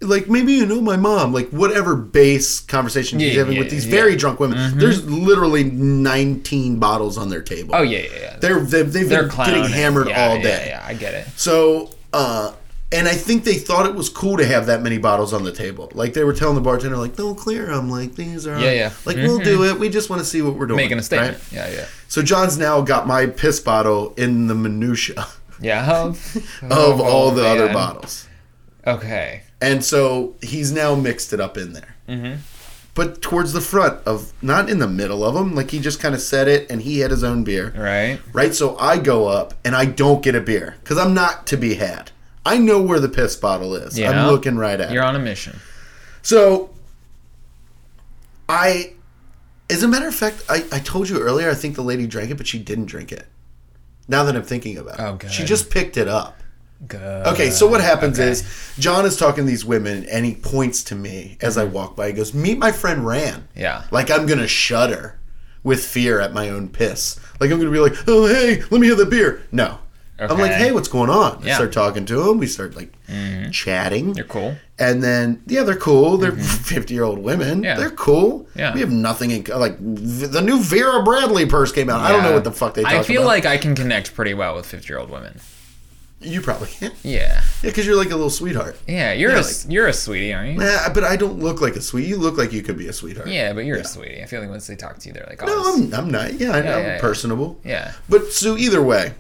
D: like maybe you know my mom, like whatever base conversation he's
C: Yeah,
D: having
C: yeah,
D: with these
C: yeah. Mm-hmm.
D: very drunk women. There's literally 19 bottles on their table.
C: Oh yeah, yeah, yeah.
D: They're they've, they've
C: They're
D: been getting
C: clowning.
D: hammered
C: Yeah,
D: all
C: yeah,
D: day.
C: Yeah, I get it.
D: So, uh, and I think they thought it was cool to have that many bottles on the table. Like they were telling the bartender, like, "Don't clear them. Like these are,
C: Yeah, yeah. Mm-hmm.
D: Like we'll do it. We just want to see what we're doing."
C: Making a statement.
D: right?
C: Yeah, yeah.
D: So John's now got my piss bottle in the minutia
C: Yeah. Of,
D: of all the other
C: Oh, man.
D: bottles,
C: (laughs) Okay.
D: and so he's now mixed it up in there. Mm-hmm. But towards the front of, not in the middle of them. Like he just kind of said it, and he had his own beer
C: Right.
D: right? So I go up and I don't get a beer because I'm not to be had. I know where the piss bottle is.
C: Yeah.
D: I'm looking right at.
C: You're
D: it.
C: on a mission.
D: So I, as a matter of fact, I, I told you earlier. I think the lady drank it, but she didn't drink it. Now that I'm thinking about it,
C: Oh, good.
D: she just picked it up.
C: Good.
D: Okay, so what happens is John is talking to these women and he points to me as I walk by. He goes, "Meet my friend Ran."
C: Mm-hmm. Yeah.
D: Like I'm gonna shudder with fear at my own piss. Like I'm gonna be like, "Oh hey, let me have the beer." No, I'm like,
C: Okay.
D: "Hey, what's going on?" I
C: Yeah. Mm-hmm.
D: start talking to him. We start like chatting.
C: You're cool. Mm-hmm.
D: And then yeah, they're cool. They're (laughs) 50 year old women.
C: Yeah.
D: They're cool.
C: Yeah.
D: We have nothing in co- like v- the new Vera Bradley purse came out. I don't know
C: Yeah.
D: what the fuck they. Talk
C: I feel
D: about.
C: like I can connect pretty well with 50 year old women.
D: you probably (laughs) can't. Yeah,
C: Yeah.
D: because you're like a little sweetheart.
C: Yeah. You're
D: Yeah,
C: a s- you're a sweetie, aren't you?
D: Nah, but I don't look like a sweet. You look like you could be a sweetheart.
C: Yeah, but you're a sweetie. I feel like once they talk to you, they're like, oh,
D: No,
C: this-
D: I'm, I'm not. Yeah, I,
C: Yeah,
D: I'm
C: yeah, yeah.
D: personable.
C: yeah.
D: But so either way,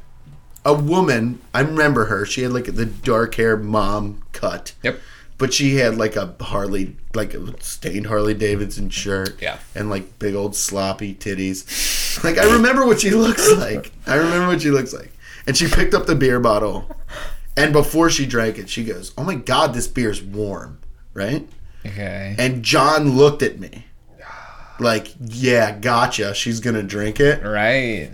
D: a woman. I remember her. She had like the dark hair mom cut.
C: Yep.
D: But she had like a Harley, like a stained Harley Davidson shirt.
C: Yeah.
D: And like big old sloppy titties. Like I remember what she looks like. I remember what she looks like. And she picked up the beer bottle. And before she drank it, she goes, "Oh my god, this beer's warm." Right?
C: Okay.
D: And John looked at me. Like, yeah, gotcha. She's going to drink it.
C: Right.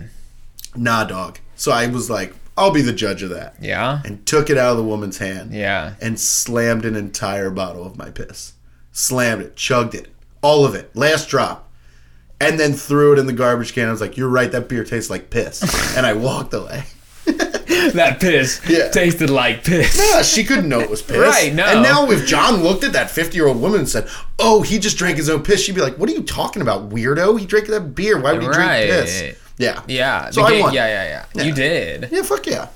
D: Nah, dog. So I was like, I'll be the judge of that.
C: Yeah.
D: And took it out of the woman's hand
C: Yeah.
D: and slammed an entire bottle of my piss. Slammed it, chugged it, all of it, last drop. And then threw it in the garbage can. I was like, you're right, that beer tastes like piss. and I walked away.
C: (laughs) That piss
D: Yeah.
C: tasted like piss.
D: Yeah, she couldn't know it was piss.
C: Right, no.
D: And now if John looked at that 50-year-old woman and said, oh, he just drank his own piss, she'd be like, what are you talking about, weirdo? He drank that beer. Why would he
C: Right.
D: drink piss? Yeah.
C: Yeah.
D: So
C: the
D: I
C: game-
D: won.
C: Yeah, yeah, yeah. You did.
D: Yeah, fuck yeah.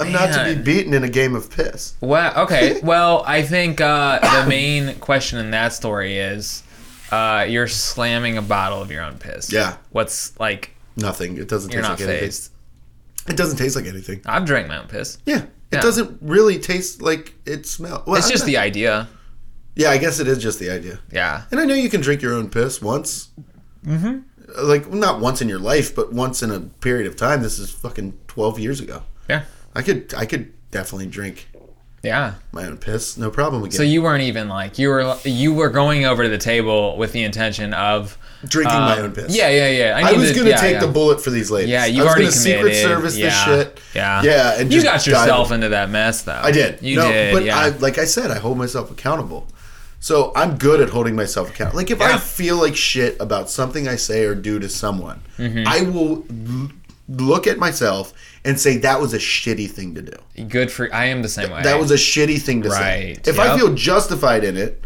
D: I'm not to be
C: Man.
D: beaten in a game of piss.
C: Wow.
D: (laughs)
C: Okay. well, I think uh,
D: (coughs)
C: the main question in that story is uh, you're slamming a bottle of your own piss.
D: Yeah.
C: What's like,
D: Nothing. It doesn't
C: you're
D: taste
C: not
D: like anything.
C: phased.
D: It doesn't taste like anything.
C: I've drank my own piss.
D: Yeah. It
C: Yeah.
D: doesn't really taste like it smells. Well,
C: It's just the idea.
D: Yeah, I guess it is just the idea.
C: Yeah.
D: And I know you can drink your own piss once. Mm-hmm. Like, not once in your life, but once in a period of time. This is fucking 12 years ago.
C: Yeah.
D: I could I could definitely drink
C: Yeah.
D: my own piss, no problem again.
C: So you weren't even like you were you were going over to the table with the intention of
D: drinking my
C: um,
D: own piss.
C: Yeah, yeah, yeah.
D: I,
C: need
D: was
C: to-
D: gonna
C: yeah,
D: take
C: yeah.
D: the bullet for these ladies.
C: Yeah, you
D: I was
C: already
D: gonna Secret
C: committed.
D: Service
C: yeah.
D: this shit.
C: Yeah.
D: yeah, and
C: you
D: just
C: got
D: dive
C: yourself
D: in.
C: into that mess though.
D: I did.
C: You
D: no,
C: did.
D: but
C: yeah.
D: I, like I said, I hold myself accountable. So I'm good at holding myself accountable. Like if I
C: Yeah.
D: feel like shit about something I say or do to someone,
C: Mm-hmm.
D: I will l- look at myself and say that was a shitty thing to do.
C: Good for. I am the same way.
D: That was a shitty thing to say.
C: Right,
D: If I
C: yep. Mm-hmm.
D: feel justified in it,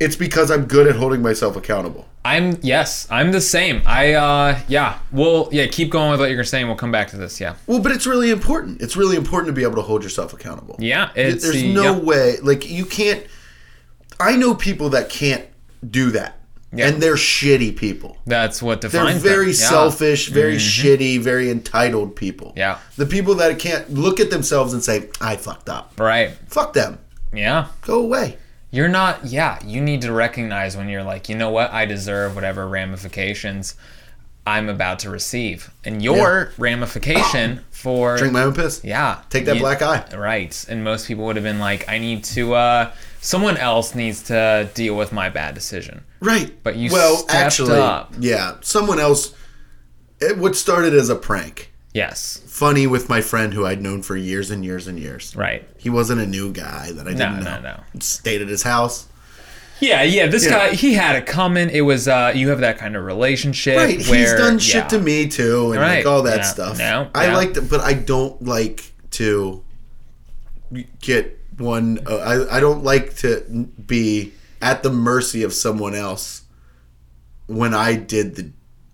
D: it's because I'm good at holding myself accountable.
C: I'm yes, I'm the same. I uh yeah. We'll yeah, keep going with what you're saying. We'll come back to this. Yeah.
D: Well, but it's really important. It's really important to be able to hold yourself accountable.
C: Yeah. It's
D: There's
C: the-
D: no
C: yeah.
D: way. Like you can't. I know people that can't do that,
C: Yeah.
D: and they're shitty people.
C: That's what
D: They're
C: defines
D: very
C: them. Yeah. Mm-hmm.
D: selfish, very shitty, very entitled people.
C: Yeah.
D: The people that can't look at themselves and say, "I fucked up."
C: Right.
D: Fuck them.
C: Yeah.
D: Go away.
C: You're not yeah, you need to recognize when you're like, you know what, I deserve whatever ramifications I'm about to receive. And your ramification for
D: Drink my own piss.
C: Yeah.
D: Take that
C: You-
D: black eye.
C: Right. And most people would have been like, I need to uh someone else needs to deal with my bad decision.
D: Right.
C: But you stepped up.
D: yeah. Someone else. It, what started as a prank,
C: Yes.
D: funny with my friend who I'd known for years and years and years.
C: Right.
D: He wasn't a new guy that I
C: No,
D: didn't know.
C: no, no.
D: Stayed at his house.
C: Yeah, yeah. This
D: Yeah.
C: guy, he had it coming. It was uh, you have that kind of relationship.
D: Right, he's
C: where-
D: done shit to
C: yeah.
D: me too, and
C: Right,
D: like all that
C: yeah,
D: stuff.
C: no,
D: I
C: no.
D: like, to, but I don't like to get one. Uh, I I don't like to be at the mercy of someone else when I did the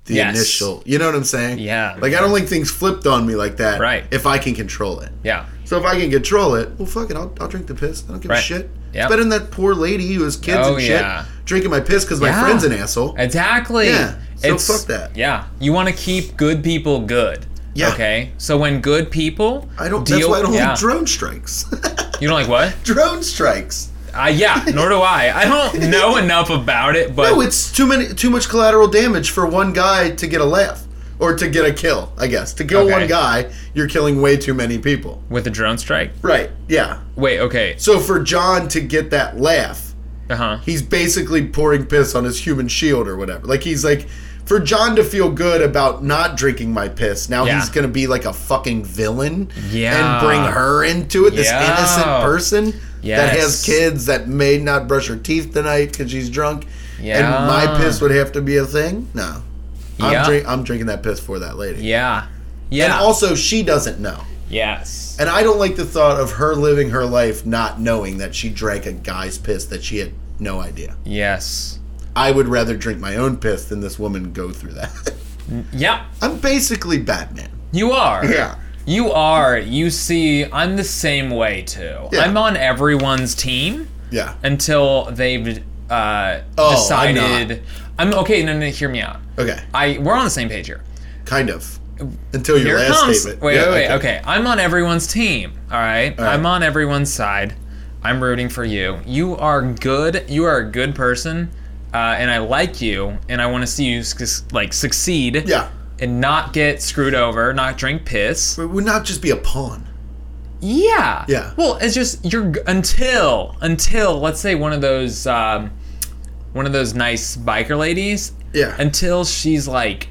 D: the
C: Yes.
D: initial. You know what I'm saying?
C: Yeah.
D: Like I don't like things flipped on me like that.
C: Right.
D: If I can control it.
C: Yeah.
D: So if I can control it, well, fuck it, I'll, I'll drink the piss. I don't give a
C: Right.
D: shit.
C: Yeah.
D: It's better than that poor lady who has kids
C: Oh,
D: and shit
C: yeah.
D: drinking my piss because my
C: Yeah.
D: friend's an asshole.
C: Exactly.
D: Yeah, so fuck that.
C: Yeah. You want to keep good people good.
D: Yeah.
C: Okay. So when good people
D: I don't. that's why I don't
C: yeah.
D: like drone strikes. (laughs)
C: You don't like what?
D: drone strikes.
C: Uh, yeah, nor do I. I don't
D: (laughs)
C: know enough about it, but
D: No, it's too many, too much collateral damage for one guy to get a laugh or to get a kill. I guess to kill
C: Okay.
D: one guy, you're killing way too many people.
C: with a drone strike.
D: Right? Yeah.
C: Wait, okay.
D: So for John to get that laugh,
C: Uh huh.
D: he's basically pouring piss on his human shield or whatever. Like he's like, for John to feel good about not drinking my piss, now
C: Yeah.
D: he's gonna be like a fucking villain
C: Yeah.
D: and bring her into it. This
C: Yeah.
D: innocent person that
C: Yes.
D: has kids that may not brush her teeth tonight because she's drunk,
C: Yeah.
D: and my piss would have to be a thing. No,
C: Yeah.
D: I'm, drink- I'm drinking that piss for that lady.
C: Yeah. Yeah.
D: And also, she doesn't know.
C: yes.
D: And I don't like the thought of her living her life not knowing that she drank a guy's piss that she had no idea.
C: Yes.
D: I would rather drink my own piss than this woman go through that. (laughs)
C: Yeah.
D: I'm basically Batman.
C: You are. You are. You see, I'm the same way too.
D: Yeah.
C: I'm on everyone's team
D: Yeah.
C: until they've uh,
D: Oh, I'm
C: decided. I'm, okay. No, no, hear me out.
D: Okay.
C: I we're on the same page here.
D: Kind of. Until your
C: Here
D: last
C: comes.
D: statement.
C: Wait,
D: Yeah,
C: wait, wait. Okay. I'm on everyone's team. All right?
D: right.
C: I'm on everyone's side. I'm rooting for you. You are good. You are a good person, uh, and I like you, and I want to see you suc- like succeed.
D: Yeah.
C: And not get screwed over. Not drink piss.
D: But would not just be a pawn.
C: Yeah.
D: Yeah.
C: Well, it's just you're g- until until let's say one of those um, one of those nice biker ladies.
D: Yeah.
C: Until she's like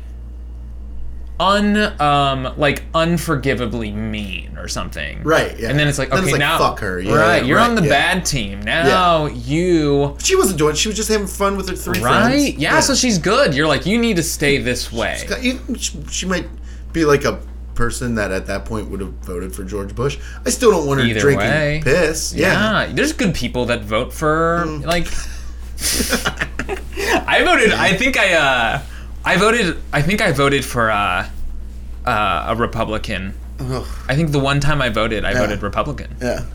C: un um like unforgivably mean or something.
D: Right, yeah.
C: And then it's like okay
D: Then it's like,
C: now
D: fuck her, yeah,
C: right. You're
D: right,
C: on the
D: yeah.
C: bad team now. You.
D: She wasn't doing it. She was just having fun with her three friends.
C: Right? Yeah, so she's good. You're like, you need to stay this way.
D: Even- She, she might be like a person that at that point would have voted for George Bush. I still don't want her
C: Either
D: drinking
C: way.
D: piss. Yeah. Mm.
C: Yeah, there's good people that vote for like. I voted. I think I. uh I voted. I think I voted for uh, uh, a Republican.
D: Ugh.
C: I think the one time I voted, I voted Republican.
D: Yeah.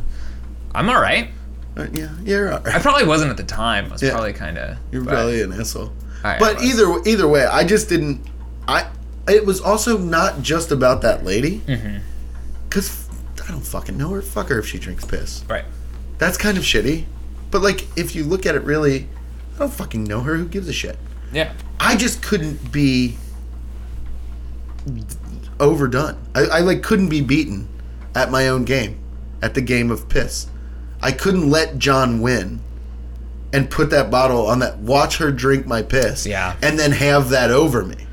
C: I'm all right.
D: Uh, Yeah. Yeah. You're all right.
C: I probably wasn't at the time. I was
D: Yeah.
C: probably kind of.
D: You're probably an asshole.
C: I
D: but e
C: was.
D: either either way, I just didn't. I it was also not just about that lady, because I don't fucking know her. Fuck her if she drinks piss.
C: right.
D: That's kind of shitty. But like, if you look at it really, I don't fucking know her. Who gives a shit?
C: Yeah.
D: I just couldn't be overdone. I, I like couldn't be beaten at my own game, at the game of piss. I couldn't let John win and put that bottle on that. Watch her drink my piss.
C: Yeah.
D: And then have that over me.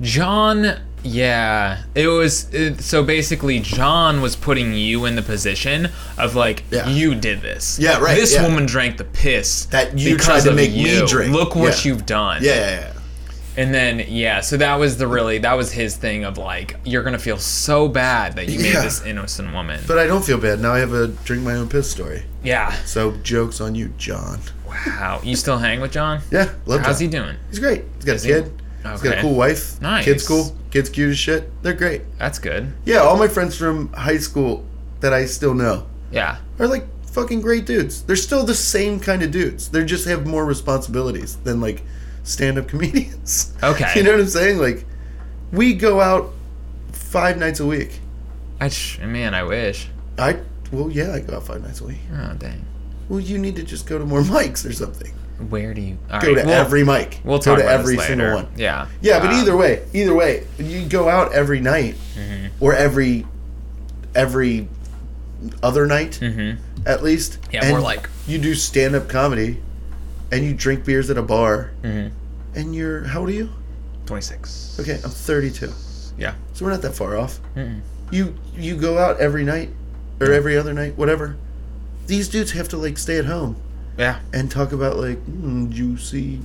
C: John. Yeah, it was it, so basically. John was putting you in the position of like,
D: Yeah.
C: you did this.
D: Yeah, right,
C: This
D: yeah.
C: woman drank the piss
D: That you
C: because
D: tried to
C: of
D: make me drink.
C: Look what
D: Yeah.
C: you've done.
D: Yeah, yeah,
C: And then yeah, so that was the really that was his thing of like, you're gonna feel so bad that you
D: Yeah.
C: made this innocent woman.
D: But I don't feel bad. Now I have a drink my own piss story.
C: yeah.
D: So joke's on you, John.
C: Wow. You still hang with John?
D: Yeah, love
C: How's he
D: John.
C: doing?
D: He's great. He's got a
C: he?
D: kid. He's got
C: Okay.
D: a cool wife.
C: Nice.
D: Kid's cool. Kid's cute as shit. They're great.
C: That's good.
D: Yeah, all my friends from high school that I still know
C: Yeah.
D: are like fucking great dudes. They're still the same kind of dudes. They just have more responsibilities than like stand up (laughs) comedians.
C: Okay.
D: you know what I'm saying? Like, we go out five nights a week.
C: I sh- man, I wish.
D: I, well, yeah, I go out five nights a week.
C: Oh dang.
D: Well, you need to just go to more (laughs) mics or something.
C: Where do you? all
D: Go
C: right,
D: to
C: we'll-
D: every mic.
C: We'll
D: go
C: talk
D: to
C: about
D: every
C: this later.
D: single one.
C: Yeah.
D: Yeah, but
C: Um,
D: either way, either way, you go out every night
C: Mm-hmm.
D: or every every other night at least.
C: Mm-hmm. Yeah, more like-
D: you do stand up comedy and you drink beers at a bar.
C: Mm-hmm.
D: And you're how old are you?
C: 26.
D: Okay, I'm 32.
C: Yeah.
D: So we're not that far off.
C: Mm-hmm.
D: You you go out every night or every other night, whatever. These dudes have to like stay at home
C: Yeah.
D: and talk about like mm, you see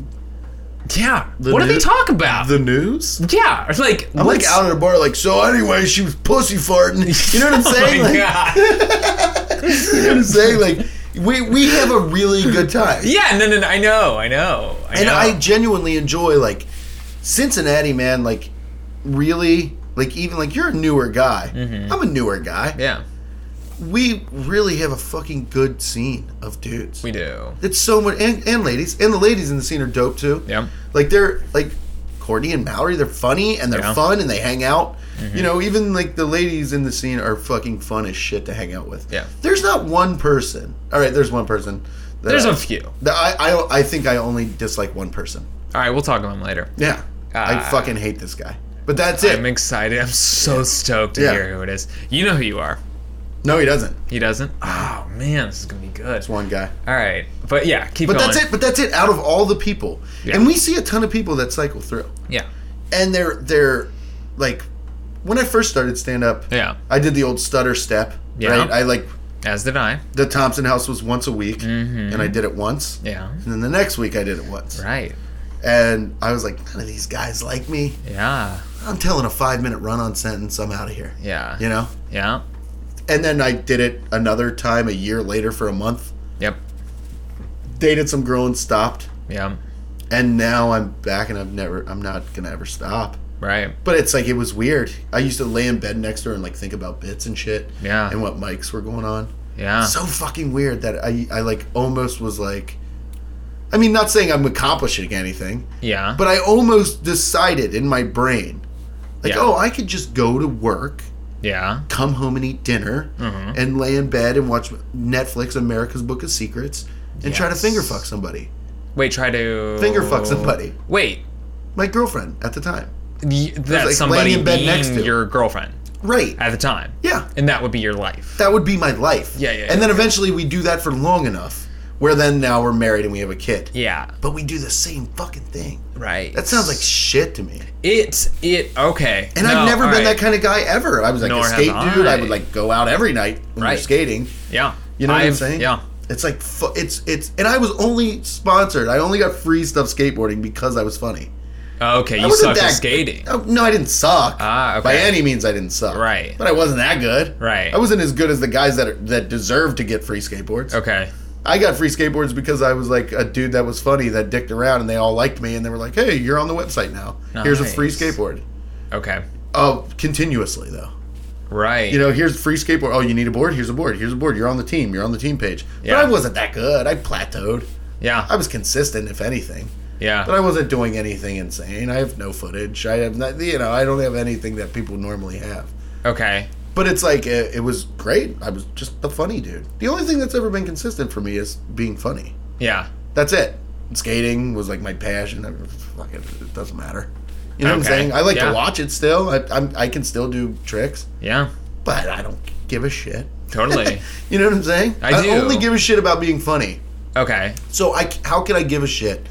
C: Yeah.
D: The
C: what do they
D: new-
C: talk about?
D: the news.
C: yeah. It's like
D: I'm like
C: what's- (laughs)
D: out at a bar, like so. Anyway, she was pussy farting. You know what I'm
C: Oh my
D: saying? like, (laughs)
C: God.
D: you know what I'm saying? Like we we have a really good time.
C: Yeah. No. No. No. I know. I know. I
D: and
C: know.
D: I genuinely enjoy like Cincinnati, man. Like really, like even like you're a newer guy.
C: Mm-hmm.
D: I'm a newer guy.
C: Yeah.
D: We really have a fucking good scene of dudes.
C: We do.
D: it's so much, and, and ladies, and the ladies in the scene are dope too.
C: Yeah.
D: like they're like Courtney and Mallory. They're funny and they're
C: Yeah. Mm-hmm.
D: fun and they hang out. You know, even like the ladies in the scene are fucking fun as shit to hang out with.
C: Yeah.
D: there's not one person. All right, there's one person. that
C: There's
D: I-
C: a few. All
D: that I, I I think I only dislike one person.
C: right. We'll talk about them later.
D: Yeah. I
C: Ah.
D: fucking hate this guy. But that's it.
C: I'm excited. I'm so stoked to
D: Yeah.
C: hear who it is. You know who you are.
D: no, he doesn't.
C: He doesn't. Oh man, this is gonna be good. All
D: One guy.
C: right, but yeah, keep
D: But
C: going.
D: that's it. But that's it. Out of all the people,
C: Yeah.
D: and we see a ton of people that cycle through,
C: Yeah,
D: and they're they're like, when I first started stand up,
C: yeah.
D: I did the old stutter step.
C: Yeah.
D: Right. I like
C: As did I.
D: the Thompson House was once a week, and I did it once.
C: Yeah.
D: And then the next week I did it once,
C: Mm-hmm. Right.
D: and I was like, none of these guys like me.
C: Yeah.
D: I'm telling a five minute run on sentence. I'm out of here.
C: Yeah.
D: You know.
C: Yeah.
D: And then I did it another time a year later for a month.
C: Yep.
D: dated some girl and stopped
C: Yeah.
D: and now i'm back and i've never i'm not gonna ever stop
C: Right.
D: but it's like it was weird i used to lay in bed next to her and like think about bits and shit
C: Yeah.
D: and what mics were going on
C: Yeah.
D: so fucking weird that i i like almost was like i mean not saying i'm accomplishing anything
C: yeah.
D: but i almost decided in my brain like
C: Yeah.
D: oh i could just go to work
C: yeah.
D: come home and eat dinner
C: Mhm.
D: and lay in bed and watch netflix america's book of secrets and try to
C: Yes.
D: finger fuck somebody
C: Wait, try to
D: Finger fuck somebody.
C: Wait,
D: my girlfriend at the time.
C: y- that
D: like
C: somebody
D: laying in bed
C: being
D: next to.
C: your girlfriend
D: Right.
C: at the time.
D: Yeah.
C: And that would be your life.
D: That would be my life.
C: Yeah, yeah, yeah.
D: And then eventually we do that for long enough where then now we're married and we have a kid.
C: yeah.
D: But we do the same fucking thing.
C: Right.
D: That sounds like shit to me.
C: it. It. Okay.
D: And I've never been that kind of guy ever. I was like
C: Nor
D: a
C: have
D: skate dude. I
C: I.
D: would like go out every night when
C: Right.
D: you're skating.
C: of. Yeah.
D: You know what I'm
C: I've-
D: saying?
C: Yeah.
D: It's like fu- it's it's and I was only sponsored. I only got free stuff skateboarding because I was funny.
C: Okay.
D: I
C: You
D: wasn't
C: suck at
D: that-
C: skating.
D: Oh, No, I didn't suck.
C: Ah, okay.
D: By any means, I didn't suck.
C: Right.
D: But I wasn't that good.
C: Right.
D: I wasn't as good as the guys that are, that deserve to get free skateboards.
C: Okay.
D: I got free skateboards because I was like a dude that was funny that dicked around and they all liked me and they were like, "Hey, you're on the website now. Here's a free
C: Nice.
D: skateboard."
C: Okay.
D: Oh, continuously though.
C: Right.
D: You know, here's a free skateboard. Oh, you need a board? Here's a board. Here's a board. You're on the team. You're on the team page.
C: Yeah.
D: But I wasn't that good. I plateaued.
C: Yeah.
D: I was consistent, if anything.
C: yeah.
D: But I wasn't doing anything insane. I have no footage. I have not, you know, I don't have anything that people normally have.
C: okay.
D: But it's like it, it was great. I was just the funny dude. The only thing that's ever been consistent for me is being funny.
C: Yeah.
D: That's it. Skating was like my passion. I, fuck it, it doesn't matter. You know what I'm
C: Okay.
D: saying? I like
C: Yeah.
D: to watch it still. I, I'm, I can still do tricks,
C: Yeah.
D: but I don't give a shit.
C: Totally.
D: (laughs) You know what I'm saying?
C: I do.
D: only give a shit about being funny.
C: okay.
D: So I, c- how can I give a shit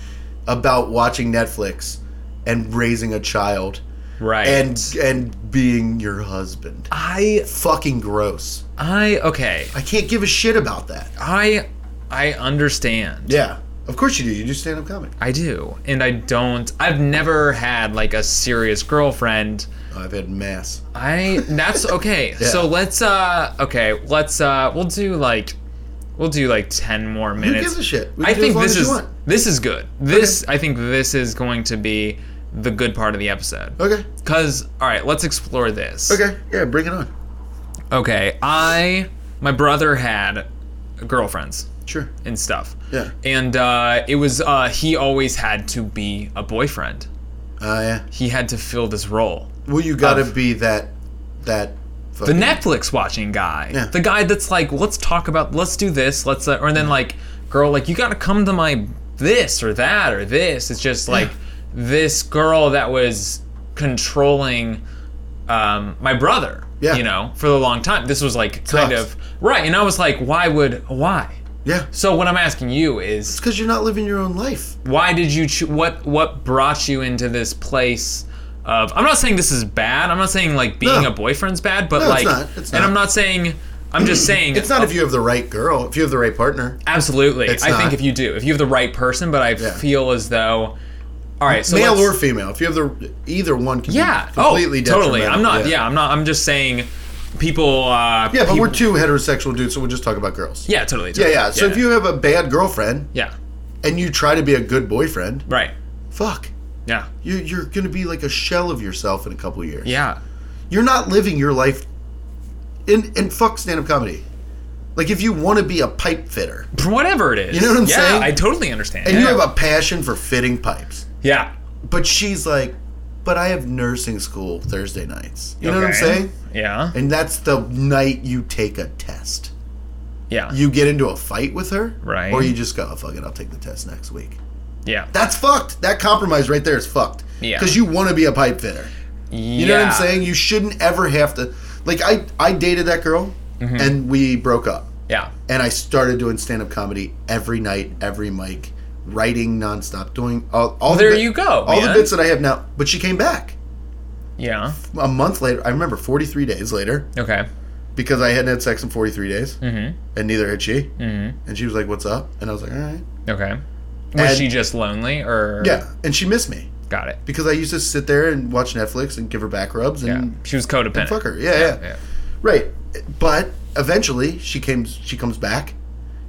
D: about watching Netflix and raising a child
C: Right.
D: and and being your husband?
C: I
D: Fucking gross.
C: I okay.
D: I can't give a shit about that.
C: I I understand.
D: Yeah, of course you do. You do stand up comedy.
C: I do. And I don't I've never had like a serious girlfriend.
D: Oh, I've had mass.
C: I
D: (laughs)
C: that's okay. So let's uh okay, let's uh we'll do like we'll do like 10 more
D: Who
C: minutes.
D: gives a shit? We
C: I
D: can do as
C: think
D: long
C: this
D: as
C: is
D: you want.
C: this is good. This I think this is going to be the good part of the episode.
D: okay.
C: Cuz all right, let's explore this.
D: Okay. Yeah, bring it on.
C: Okay, I my brother had girlfriends
D: Sure.
C: and stuff.
D: Yeah.
C: And uh, it was uh, he always had to be a boyfriend.
D: Uh, yeah.
C: He had to fill this role.
D: Well, you gotta
C: Of-
D: be that that
C: The
D: fucking,
C: Netflix watching guy,
D: Yeah.
C: the guy that's like, let's talk about, let's do this, let's, uh, or then like, girl, like you gotta come to my this or that or this. It's just like this girl that was controlling um, my brother.
D: Yeah.
C: You know, for a long time. This was like kind
D: Sucks.
C: of right, and I was like, why would why?
D: yeah.
C: So what I'm asking you is,
D: Because you're not living your own life.
C: why did you cho- what what brought you into this place of i'm not saying this is bad i'm not saying like being
D: No.
C: a boyfriend's bad but
D: No, it's
C: like
D: not. It's
C: and i'm
D: not.
C: not saying I'm
D: (clears throat)
C: just saying.
D: It's not if you have the right girl, if you have the right partner.
C: Absolutely.
D: It's
C: I think
D: not.
C: if you do, if you have the right person, but I feel as though. All right, so
D: Male
C: let's-
D: or female. If you have the either one can
C: yeah,
D: be completely
C: oh, totally.
D: detrimental.
C: I'm not. Yeah. I'm not. I'm just saying, people. Uh,
D: Yeah, but
C: people-
D: we're two heterosexual dudes, so we'll just talk about girls.
C: Yeah, totally.
D: Yeah,
C: totally.
D: yeah. So if you have a bad girlfriend
C: Yeah.
D: and you try to be a good boyfriend,
C: Right.
D: fuck.
C: Yeah.
D: You, you're going to be like a shell of yourself in a couple years.
C: Yeah.
D: You're not living your life. And, and fuck stand up comedy. Like, if you want to be a pipe fitter
C: For whatever it is.
D: You know what I'm
C: yeah,
D: saying?
C: I totally understand.
D: and
C: yeah.
D: you have a passion for fitting pipes,
C: yeah.
D: but she's like, but I have nursing school Thursday nights. You know what I'm
C: Okay.
D: saying?
C: Yeah.
D: And that's the night you take a test.
C: Yeah.
D: You get into a fight with her,
C: Right.
D: Or you just go, oh, fuck it, I'll take the test next week.
C: yeah.
D: That's fucked. That compromise right there is fucked.
C: Yeah.
D: Because you want to be a pipe fitter. You know what
C: Yeah.
D: I'm saying? You shouldn't ever have to. Like I, I dated that girl,
C: Mm-hmm.
D: and we broke up.
C: Yeah.
D: And I started doing stand up comedy every night, every mic, writing nonstop, doing all. all
C: there
D: the, bit-
C: you go,
D: All
C: man.
D: the bits that I have now. But she came back
C: Yeah.
D: a month later. I remember 43 days later
C: Okay.
D: because I hadn't had sex in 43 days, mm-hmm. and neither had she. Mm-hmm. And she was like, "What's up?" And I was like, "All right."
C: Okay. Was
D: And-
C: she just lonely or?
D: Yeah. And she missed me.
C: Got it.
D: because I used to sit there and watch Netflix and give her back rubs
C: Yeah.
D: and
C: She was codependent.
D: fuck her. Yeah, yeah,
C: Yeah.
D: Right. But eventually she came she comes back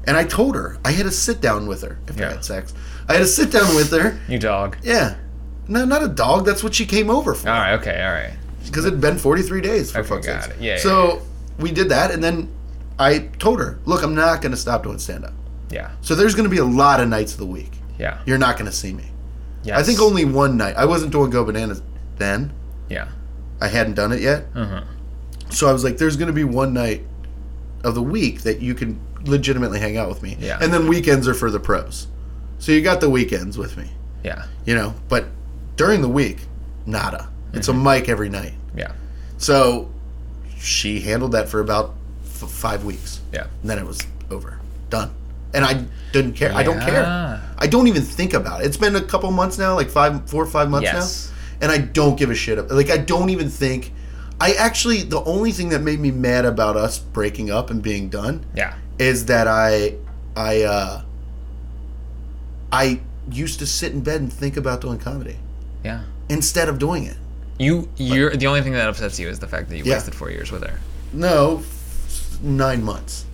D: and I told her I had a sit down with her after
C: Yeah.
D: I had sex. I had a sit down with her.
C: You dog.
D: Yeah. No, not a dog. That's what she came over for.
C: All right. Okay. All right.
D: Because it'd been 43 days for
C: Ah. Okay,
D: fuck's
C: got
D: sake.
C: it. Yeah, yeah,
D: so we did that and then I told her, look, I'm not going to stop doing stand up.
C: Yeah.
D: So there's going to be a lot of nights of the week.
C: Yeah.
D: You're not going to see me.
C: Yes.
D: I think only one night. I wasn't doing Go Bananas then.
C: Yeah.
D: I hadn't done it yet.
C: Uh-huh.
D: So I was like, there's going to be one night of the week that you can legitimately hang out with me.
C: Yeah.
D: And then weekends are for the pros. So you got the weekends with me,
C: Yeah.
D: you know, but during the week, nada. It's
C: Mm-hmm.
D: a mic every night.
C: Yeah.
D: So she handled that for about f- five weeks.
C: Yeah.
D: And then it was over. Done. And I didn't care. I don't care.
C: Yeah.
D: I don't even think about it. It's been a couple months now, like five, four or five months
C: Yes.
D: now. And I don't give a shit. ab- Like, I don't even think. I actually, the only thing that made me mad about us breaking up and being done
C: Yeah.
D: is that I, I, uh, I used to sit in bed and think about doing comedy
C: Yeah.
D: instead of doing it.
C: You. You're the only thing that upsets you is the fact that you
D: Yeah.
C: wasted four years with her.
D: No, f- nine months.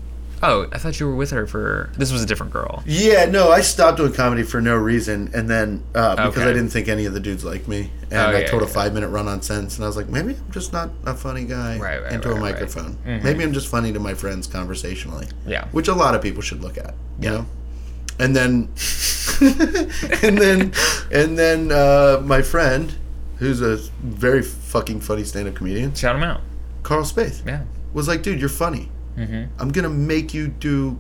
C: Oh, I thought you were with her for. This was a different girl.
D: Yeah, no, I stopped doing comedy for no reason, and then uh, because
C: Okay.
D: I didn't think any of the dudes liked me, and
C: Oh,
D: I
C: yeah,
D: told a
C: yeah.
D: five minute run on sentence, and I was like, maybe I'm just not a funny guy
C: Right, right,
D: into a
C: right, Mm-hmm. right.
D: microphone. Maybe I'm just funny to my friends conversationally.
C: Yeah.
D: which a lot of people should look at, you know. And then, (laughs) and then, and then uh, my friend, who's a very fucking funny stand up comedian,
C: Shout him out.
D: Carl Spaeth,
C: Yeah. Mm-hmm.
D: was like, dude, you're funny. I'm gonna make you do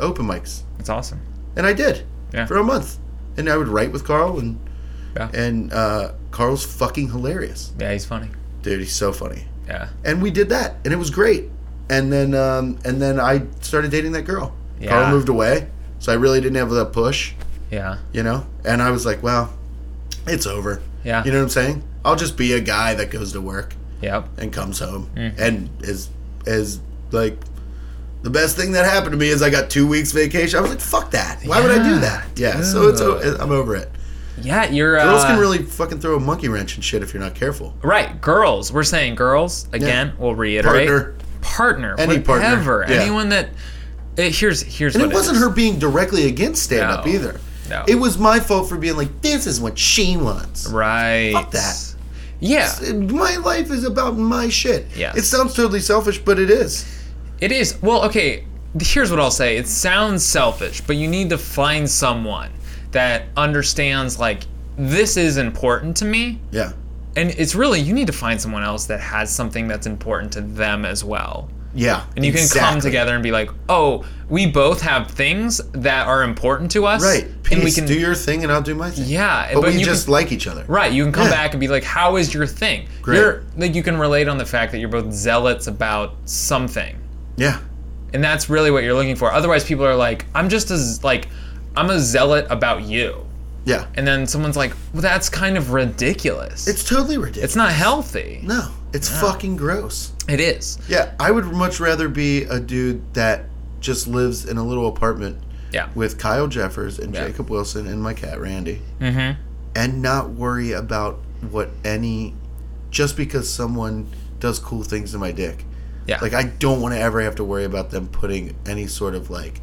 D: open mics
C: That's awesome.
D: and I did
C: Yeah.
D: for a month. And I would write with Carl, and
C: Yeah.
D: and uh, Carl's fucking hilarious,
C: Yeah. He's funny.
D: dude. He's so funny.
C: Yeah.
D: And we did that, and it was great. And then um, and then I started dating that girl.
C: Yeah.
D: Carl moved away, so I really didn't have the push,
C: Yeah.
D: you know. And I was like, well, it's over.
C: Yeah.
D: You know what I'm saying? I'll just be a guy that goes to work
C: Yep.
D: and comes home and is is like. The best thing that happened to me is I got two weeks vacation. I was like, "Fuck that! Why would I do
C: Yeah,
D: that?" Yeah, so it's o-
C: dude.
D: I'm over it.
C: Yeah. You're.
D: Girls
C: uh,
D: can really fucking throw a monkey wrench and shit if you're not careful.
C: Right, girls. We're saying girls again. We'll reiterate.
D: Partner.
C: partner,
D: Any partner,
C: whatever.
D: yeah.
C: Anyone that. eh, here's here's
D: And
C: what
D: it wasn't
C: is.
D: her being directly against stand up
C: No.
D: either.
C: No.
D: It was my fault for being like, this is what she wants.
C: Right.
D: Fuck that.
C: Yeah,
D: My life is about my shit.
C: Yes.
D: It sounds totally selfish, but it is.
C: it is. Well, okay. Here's what I'll say. It sounds selfish, but you need to find someone that understands like this is important to me.
D: Yeah.
C: And it's really you need to find someone else that has something that's important to them as well.
D: Yeah.
C: And you can come together and be like, "Oh, we both have things that are important to us."
D: Right. Peace,
C: and we can
D: do your thing and I'll do my thing.
C: Yeah,
D: But,
C: but
D: we
C: you
D: just
C: can-
D: like each other.
C: Right, you can come
D: Yeah.
C: back and be like, "How is your thing?"
D: Great.
C: You're like you can relate on the fact that you're both zealots about something,
D: Yeah.
C: and that's really what you're looking for. Otherwise, people are like, "I'm just as like, I'm a zealot about you,"
D: Yeah.
C: and then someone's like, "Well, that's kind of ridiculous.
D: It's totally ridiculous.
C: it's not healthy."
D: No. It's fucking gross.
C: It is.
D: Yeah, I would much rather be a dude that just lives in a little apartment
C: Yeah.
D: with Kyle Jeffers and
C: Yeah.
D: Jacob Wilson and my cat Randy
C: Mm-hmm.
D: and not worry about what any just because someone does cool things to my dick.
C: Yeah.
D: Like I don't want to ever have to worry about them putting any sort of like,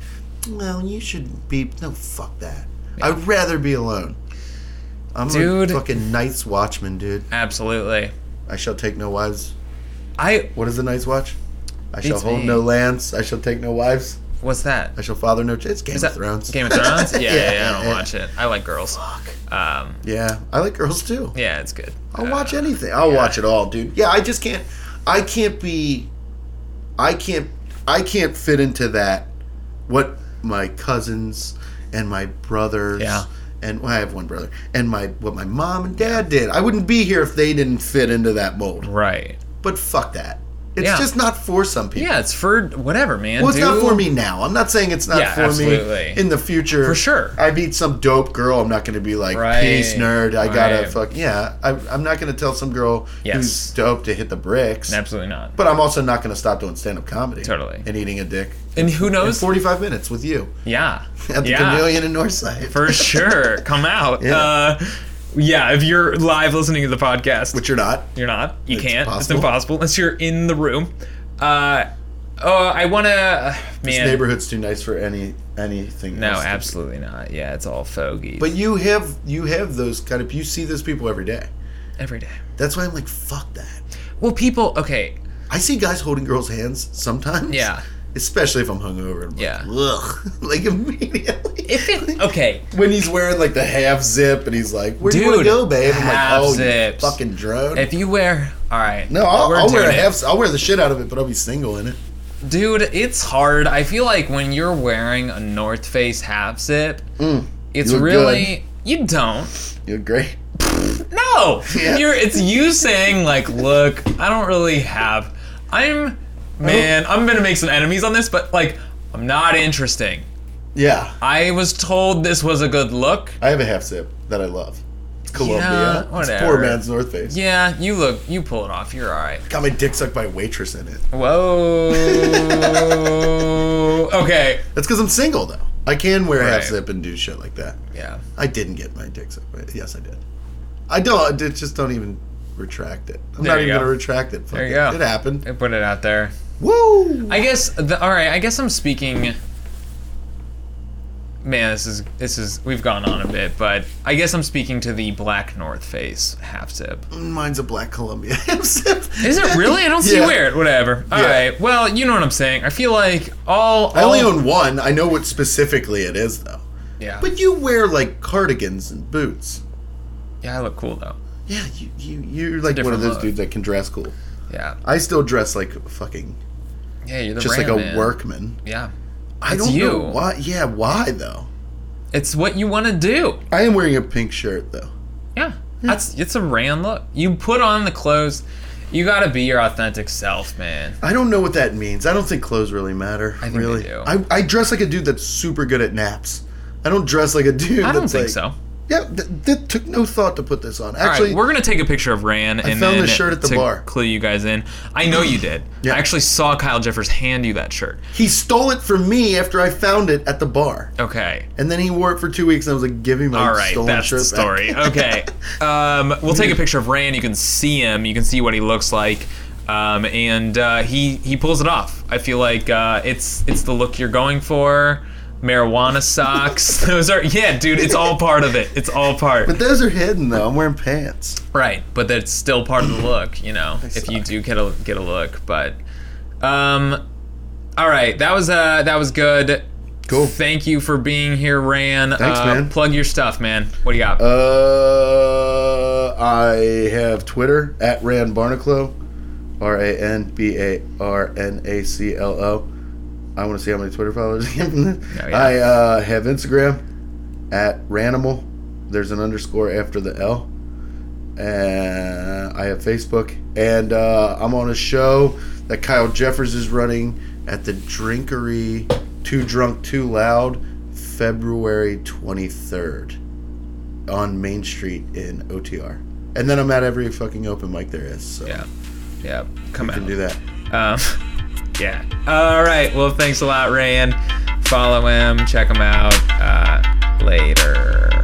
D: well, you should be no fuck that. I'd rather be alone. I'm
C: Dude.
D: a fucking night's watchman, dude.
C: Absolutely.
D: I shall take no wives.
C: I
D: What is the night's watch? I shall
C: Beats
D: hold
C: me.
D: no lands. I shall take no wives.
C: what's that?
D: I shall father no. Ch- it's Game
C: Is
D: of
C: that
D: Thrones.
C: Game
D: (laughs)
C: of Thrones? Yeah, yeah, yeah, I don't
D: yeah.
C: watch it. I like girls. Fuck. Um,
D: yeah, I like girls too.
C: yeah, Uh, it's good.
D: I'll watch anything. I'll watch it all, dude. Yeah, I just can't. I can't be. I can't. I can't fit into that. What my cousins and my brothers.
C: Yeah.
D: And well, I have one brother. And my what my mom and dad did. I wouldn't be here if they didn't fit into that mold.
C: Uh, Right.
D: But fuck that. It's
C: Yeah.
D: just not for some people.
C: Yeah, it's for whatever, man.
D: Well, it's not
C: dude.
D: for me now. I'm not saying it's not
C: Yeah,
D: for
C: absolutely.
D: me in the future.
C: For sure.
D: I meet some dope girl. I'm not going to be like,
C: Right,
D: peace, nerd. I gotta
C: right.
D: fuck. Yeah, I, I'm not going to tell some girl
C: Yes.
D: who's dope to hit the bricks.
C: Absolutely not.
D: But I'm also not going to stop doing stand up comedy.
C: Totally.
D: And eating a dick.
C: And who
D: In
C: knows?
D: 45 minutes with you
C: yeah.
D: (laughs) at the
C: yeah.
D: Chameleon in Northside. (laughs)
C: For sure. Come out.
D: Yeah.
C: Uh, yeah, if you're live listening to the podcast,
D: Which you're not.
C: You're not. You
D: It's
C: can't. It's
D: possible.
C: impossible unless you're in the room. Uh, oh, I want to.
D: This
C: Man,
D: neighborhood's too nice for any anything.
C: no,
D: else.
C: absolutely not. Yeah, it's all fogies.
D: But you have you have those kind of you see those people every day.
C: every day.
D: That's why I'm like fuck that.
C: Well, people. Okay.
D: I see guys holding girls' hands sometimes.
C: Yeah.
D: Especially if I'm hungover. I'm
C: Yeah.
D: Like, Ugh. (laughs) Like immediately.
C: If it.
D: (laughs)
C: Okay.
D: when he's wearing like the half zip and he's like, "Where do you want
C: Dude,
D: to go, babe?" I'm like,
C: half
D: "Oh, you
C: zips.
D: fucking drone."
C: If you wear. All right.
D: no, I'll,
C: we're
D: I'll wear a
C: doing it.
D: half. I'll wear the shit out of it, but I'll be single in it.
C: Dude, it's hard. I feel like when you're wearing a North Face half zip, it's
D: Mm, you look
C: really. You don't.
D: You're great.
C: No,
D: (laughs) Yeah.
C: you're. It's you saying like, look, I don't really have.
D: Oh.
C: I'm, man, I'm gonna make some enemies on this, but like, I'm not interesting.
D: Yeah,
C: I was told this was a good look.
D: I have a half zip that I love. It's Columbia. it's
C: whatever.
D: poor man's North Face.
C: Yeah, you look, you pull it off. You're all right.
D: Got my dick sucked by a waitress in it. (laughs)
C: Whoa. okay.
D: That's because I'm single though. I can wear half
C: Right.
D: zip and do shit like that.
C: Yeah.
D: I didn't get my dick sucked. But yes, I did. I don't. I just don't even retract it. I'm
C: There
D: not
C: you
D: even
C: go.
D: gonna retract it. Fuck
C: There you
D: it.
C: go.
D: It happened.
C: I put it out there.
D: Woo!
C: I guess. The, all right. I guess I'm speaking. Man, this is this is we've gone on a bit, but I guess I'm speaking to the black North Face half zip.
D: Mine's a black Columbia. (laughs) Is it
C: Is it really? I don't see
D: Yeah.
C: where it. Whatever. All right.
D: Yeah.
C: Well, you know what I'm saying. I feel like all.
D: I only
C: all-
D: own one. I know what specifically it is though.
C: Yeah.
D: But you wear like cardigans and boots.
C: yeah, I look cool though.
D: Yeah, you you you're like one
C: different
D: of those
C: look.
D: dudes that can dress cool.
C: Yeah.
D: I still dress like a fucking
C: Yeah, you're the
D: just
C: brand
D: like a
C: man.
D: workman.
C: Yeah.
D: I
C: It's
D: don't
C: you.
D: know why. Yeah, why though?
C: It's what you want to do.
D: I am wearing a pink shirt though.
C: Yeah.
D: Hmm.
C: That's it's a ran look. You put on the clothes. You gotta be your authentic self, man.
D: I don't know what that means. I don't think clothes really matter.
C: think they
D: really,
C: do.
D: I, I dress like a dude that's super good at naps. I don't dress like a dude.
C: I don't
D: that's
C: think
D: like,
C: so.
D: Yeah, th- that took no thought to put this on.
C: All
D: Actually,
C: right, we're gonna take a picture of Ran and
D: found
C: then
D: this shirt at the
C: to
D: bar.
C: clue you guys in. I know you did.
D: Yeah.
C: I actually saw Kyle Jeffers hand you that shirt.
D: he stole it from me after I found it at the bar,
C: Okay.
D: and then he wore it for two weeks. And I was like, "Give me my
C: All right,
D: stolen
C: that's
D: shirt."
C: the story.
D: Back.
C: Okay, um, we'll take a picture of Rand. You can see him. You can see what he looks like, um, and uh, he he pulls it off. I feel like uh, it's it's the look you're going for. Marijuana socks. (laughs) Those are yeah, dude. It's all part of it. It's all
D: (laughs)
C: part.
D: But those are hidden though. I'm wearing pants.
C: Right, but that's still part of
D: (clears throat)
C: the look, you know, if you do get a get a look. But, um, all right, that was uh that was good.
D: Cool.
C: Thank you for being here, Ran.
D: Thanks,
C: uh,
D: man.
C: Plug your stuff, man. What do you got?
D: Uh, I have Twitter at Rand Barnaclo, R A N B A R N A C L O. I want to see how many Twitter followers I get from this.
C: Oh, yeah.
D: I uh, have Instagram at Ranimal. There's an underscore after the L. And Uh, I have Facebook. And uh, I'm on a show that Kyle Jeffers is running at the Drinkery Too Drunk Too Loud February 23rd on Main Street in OTR. And then I'm at every fucking open mic there is. So
C: yeah. Yeah, come
D: You
C: out.
D: can do that.
C: Um, (laughs) yeah. All right. Well, thanks a lot, Rayan. Follow him. Check him out uh, later.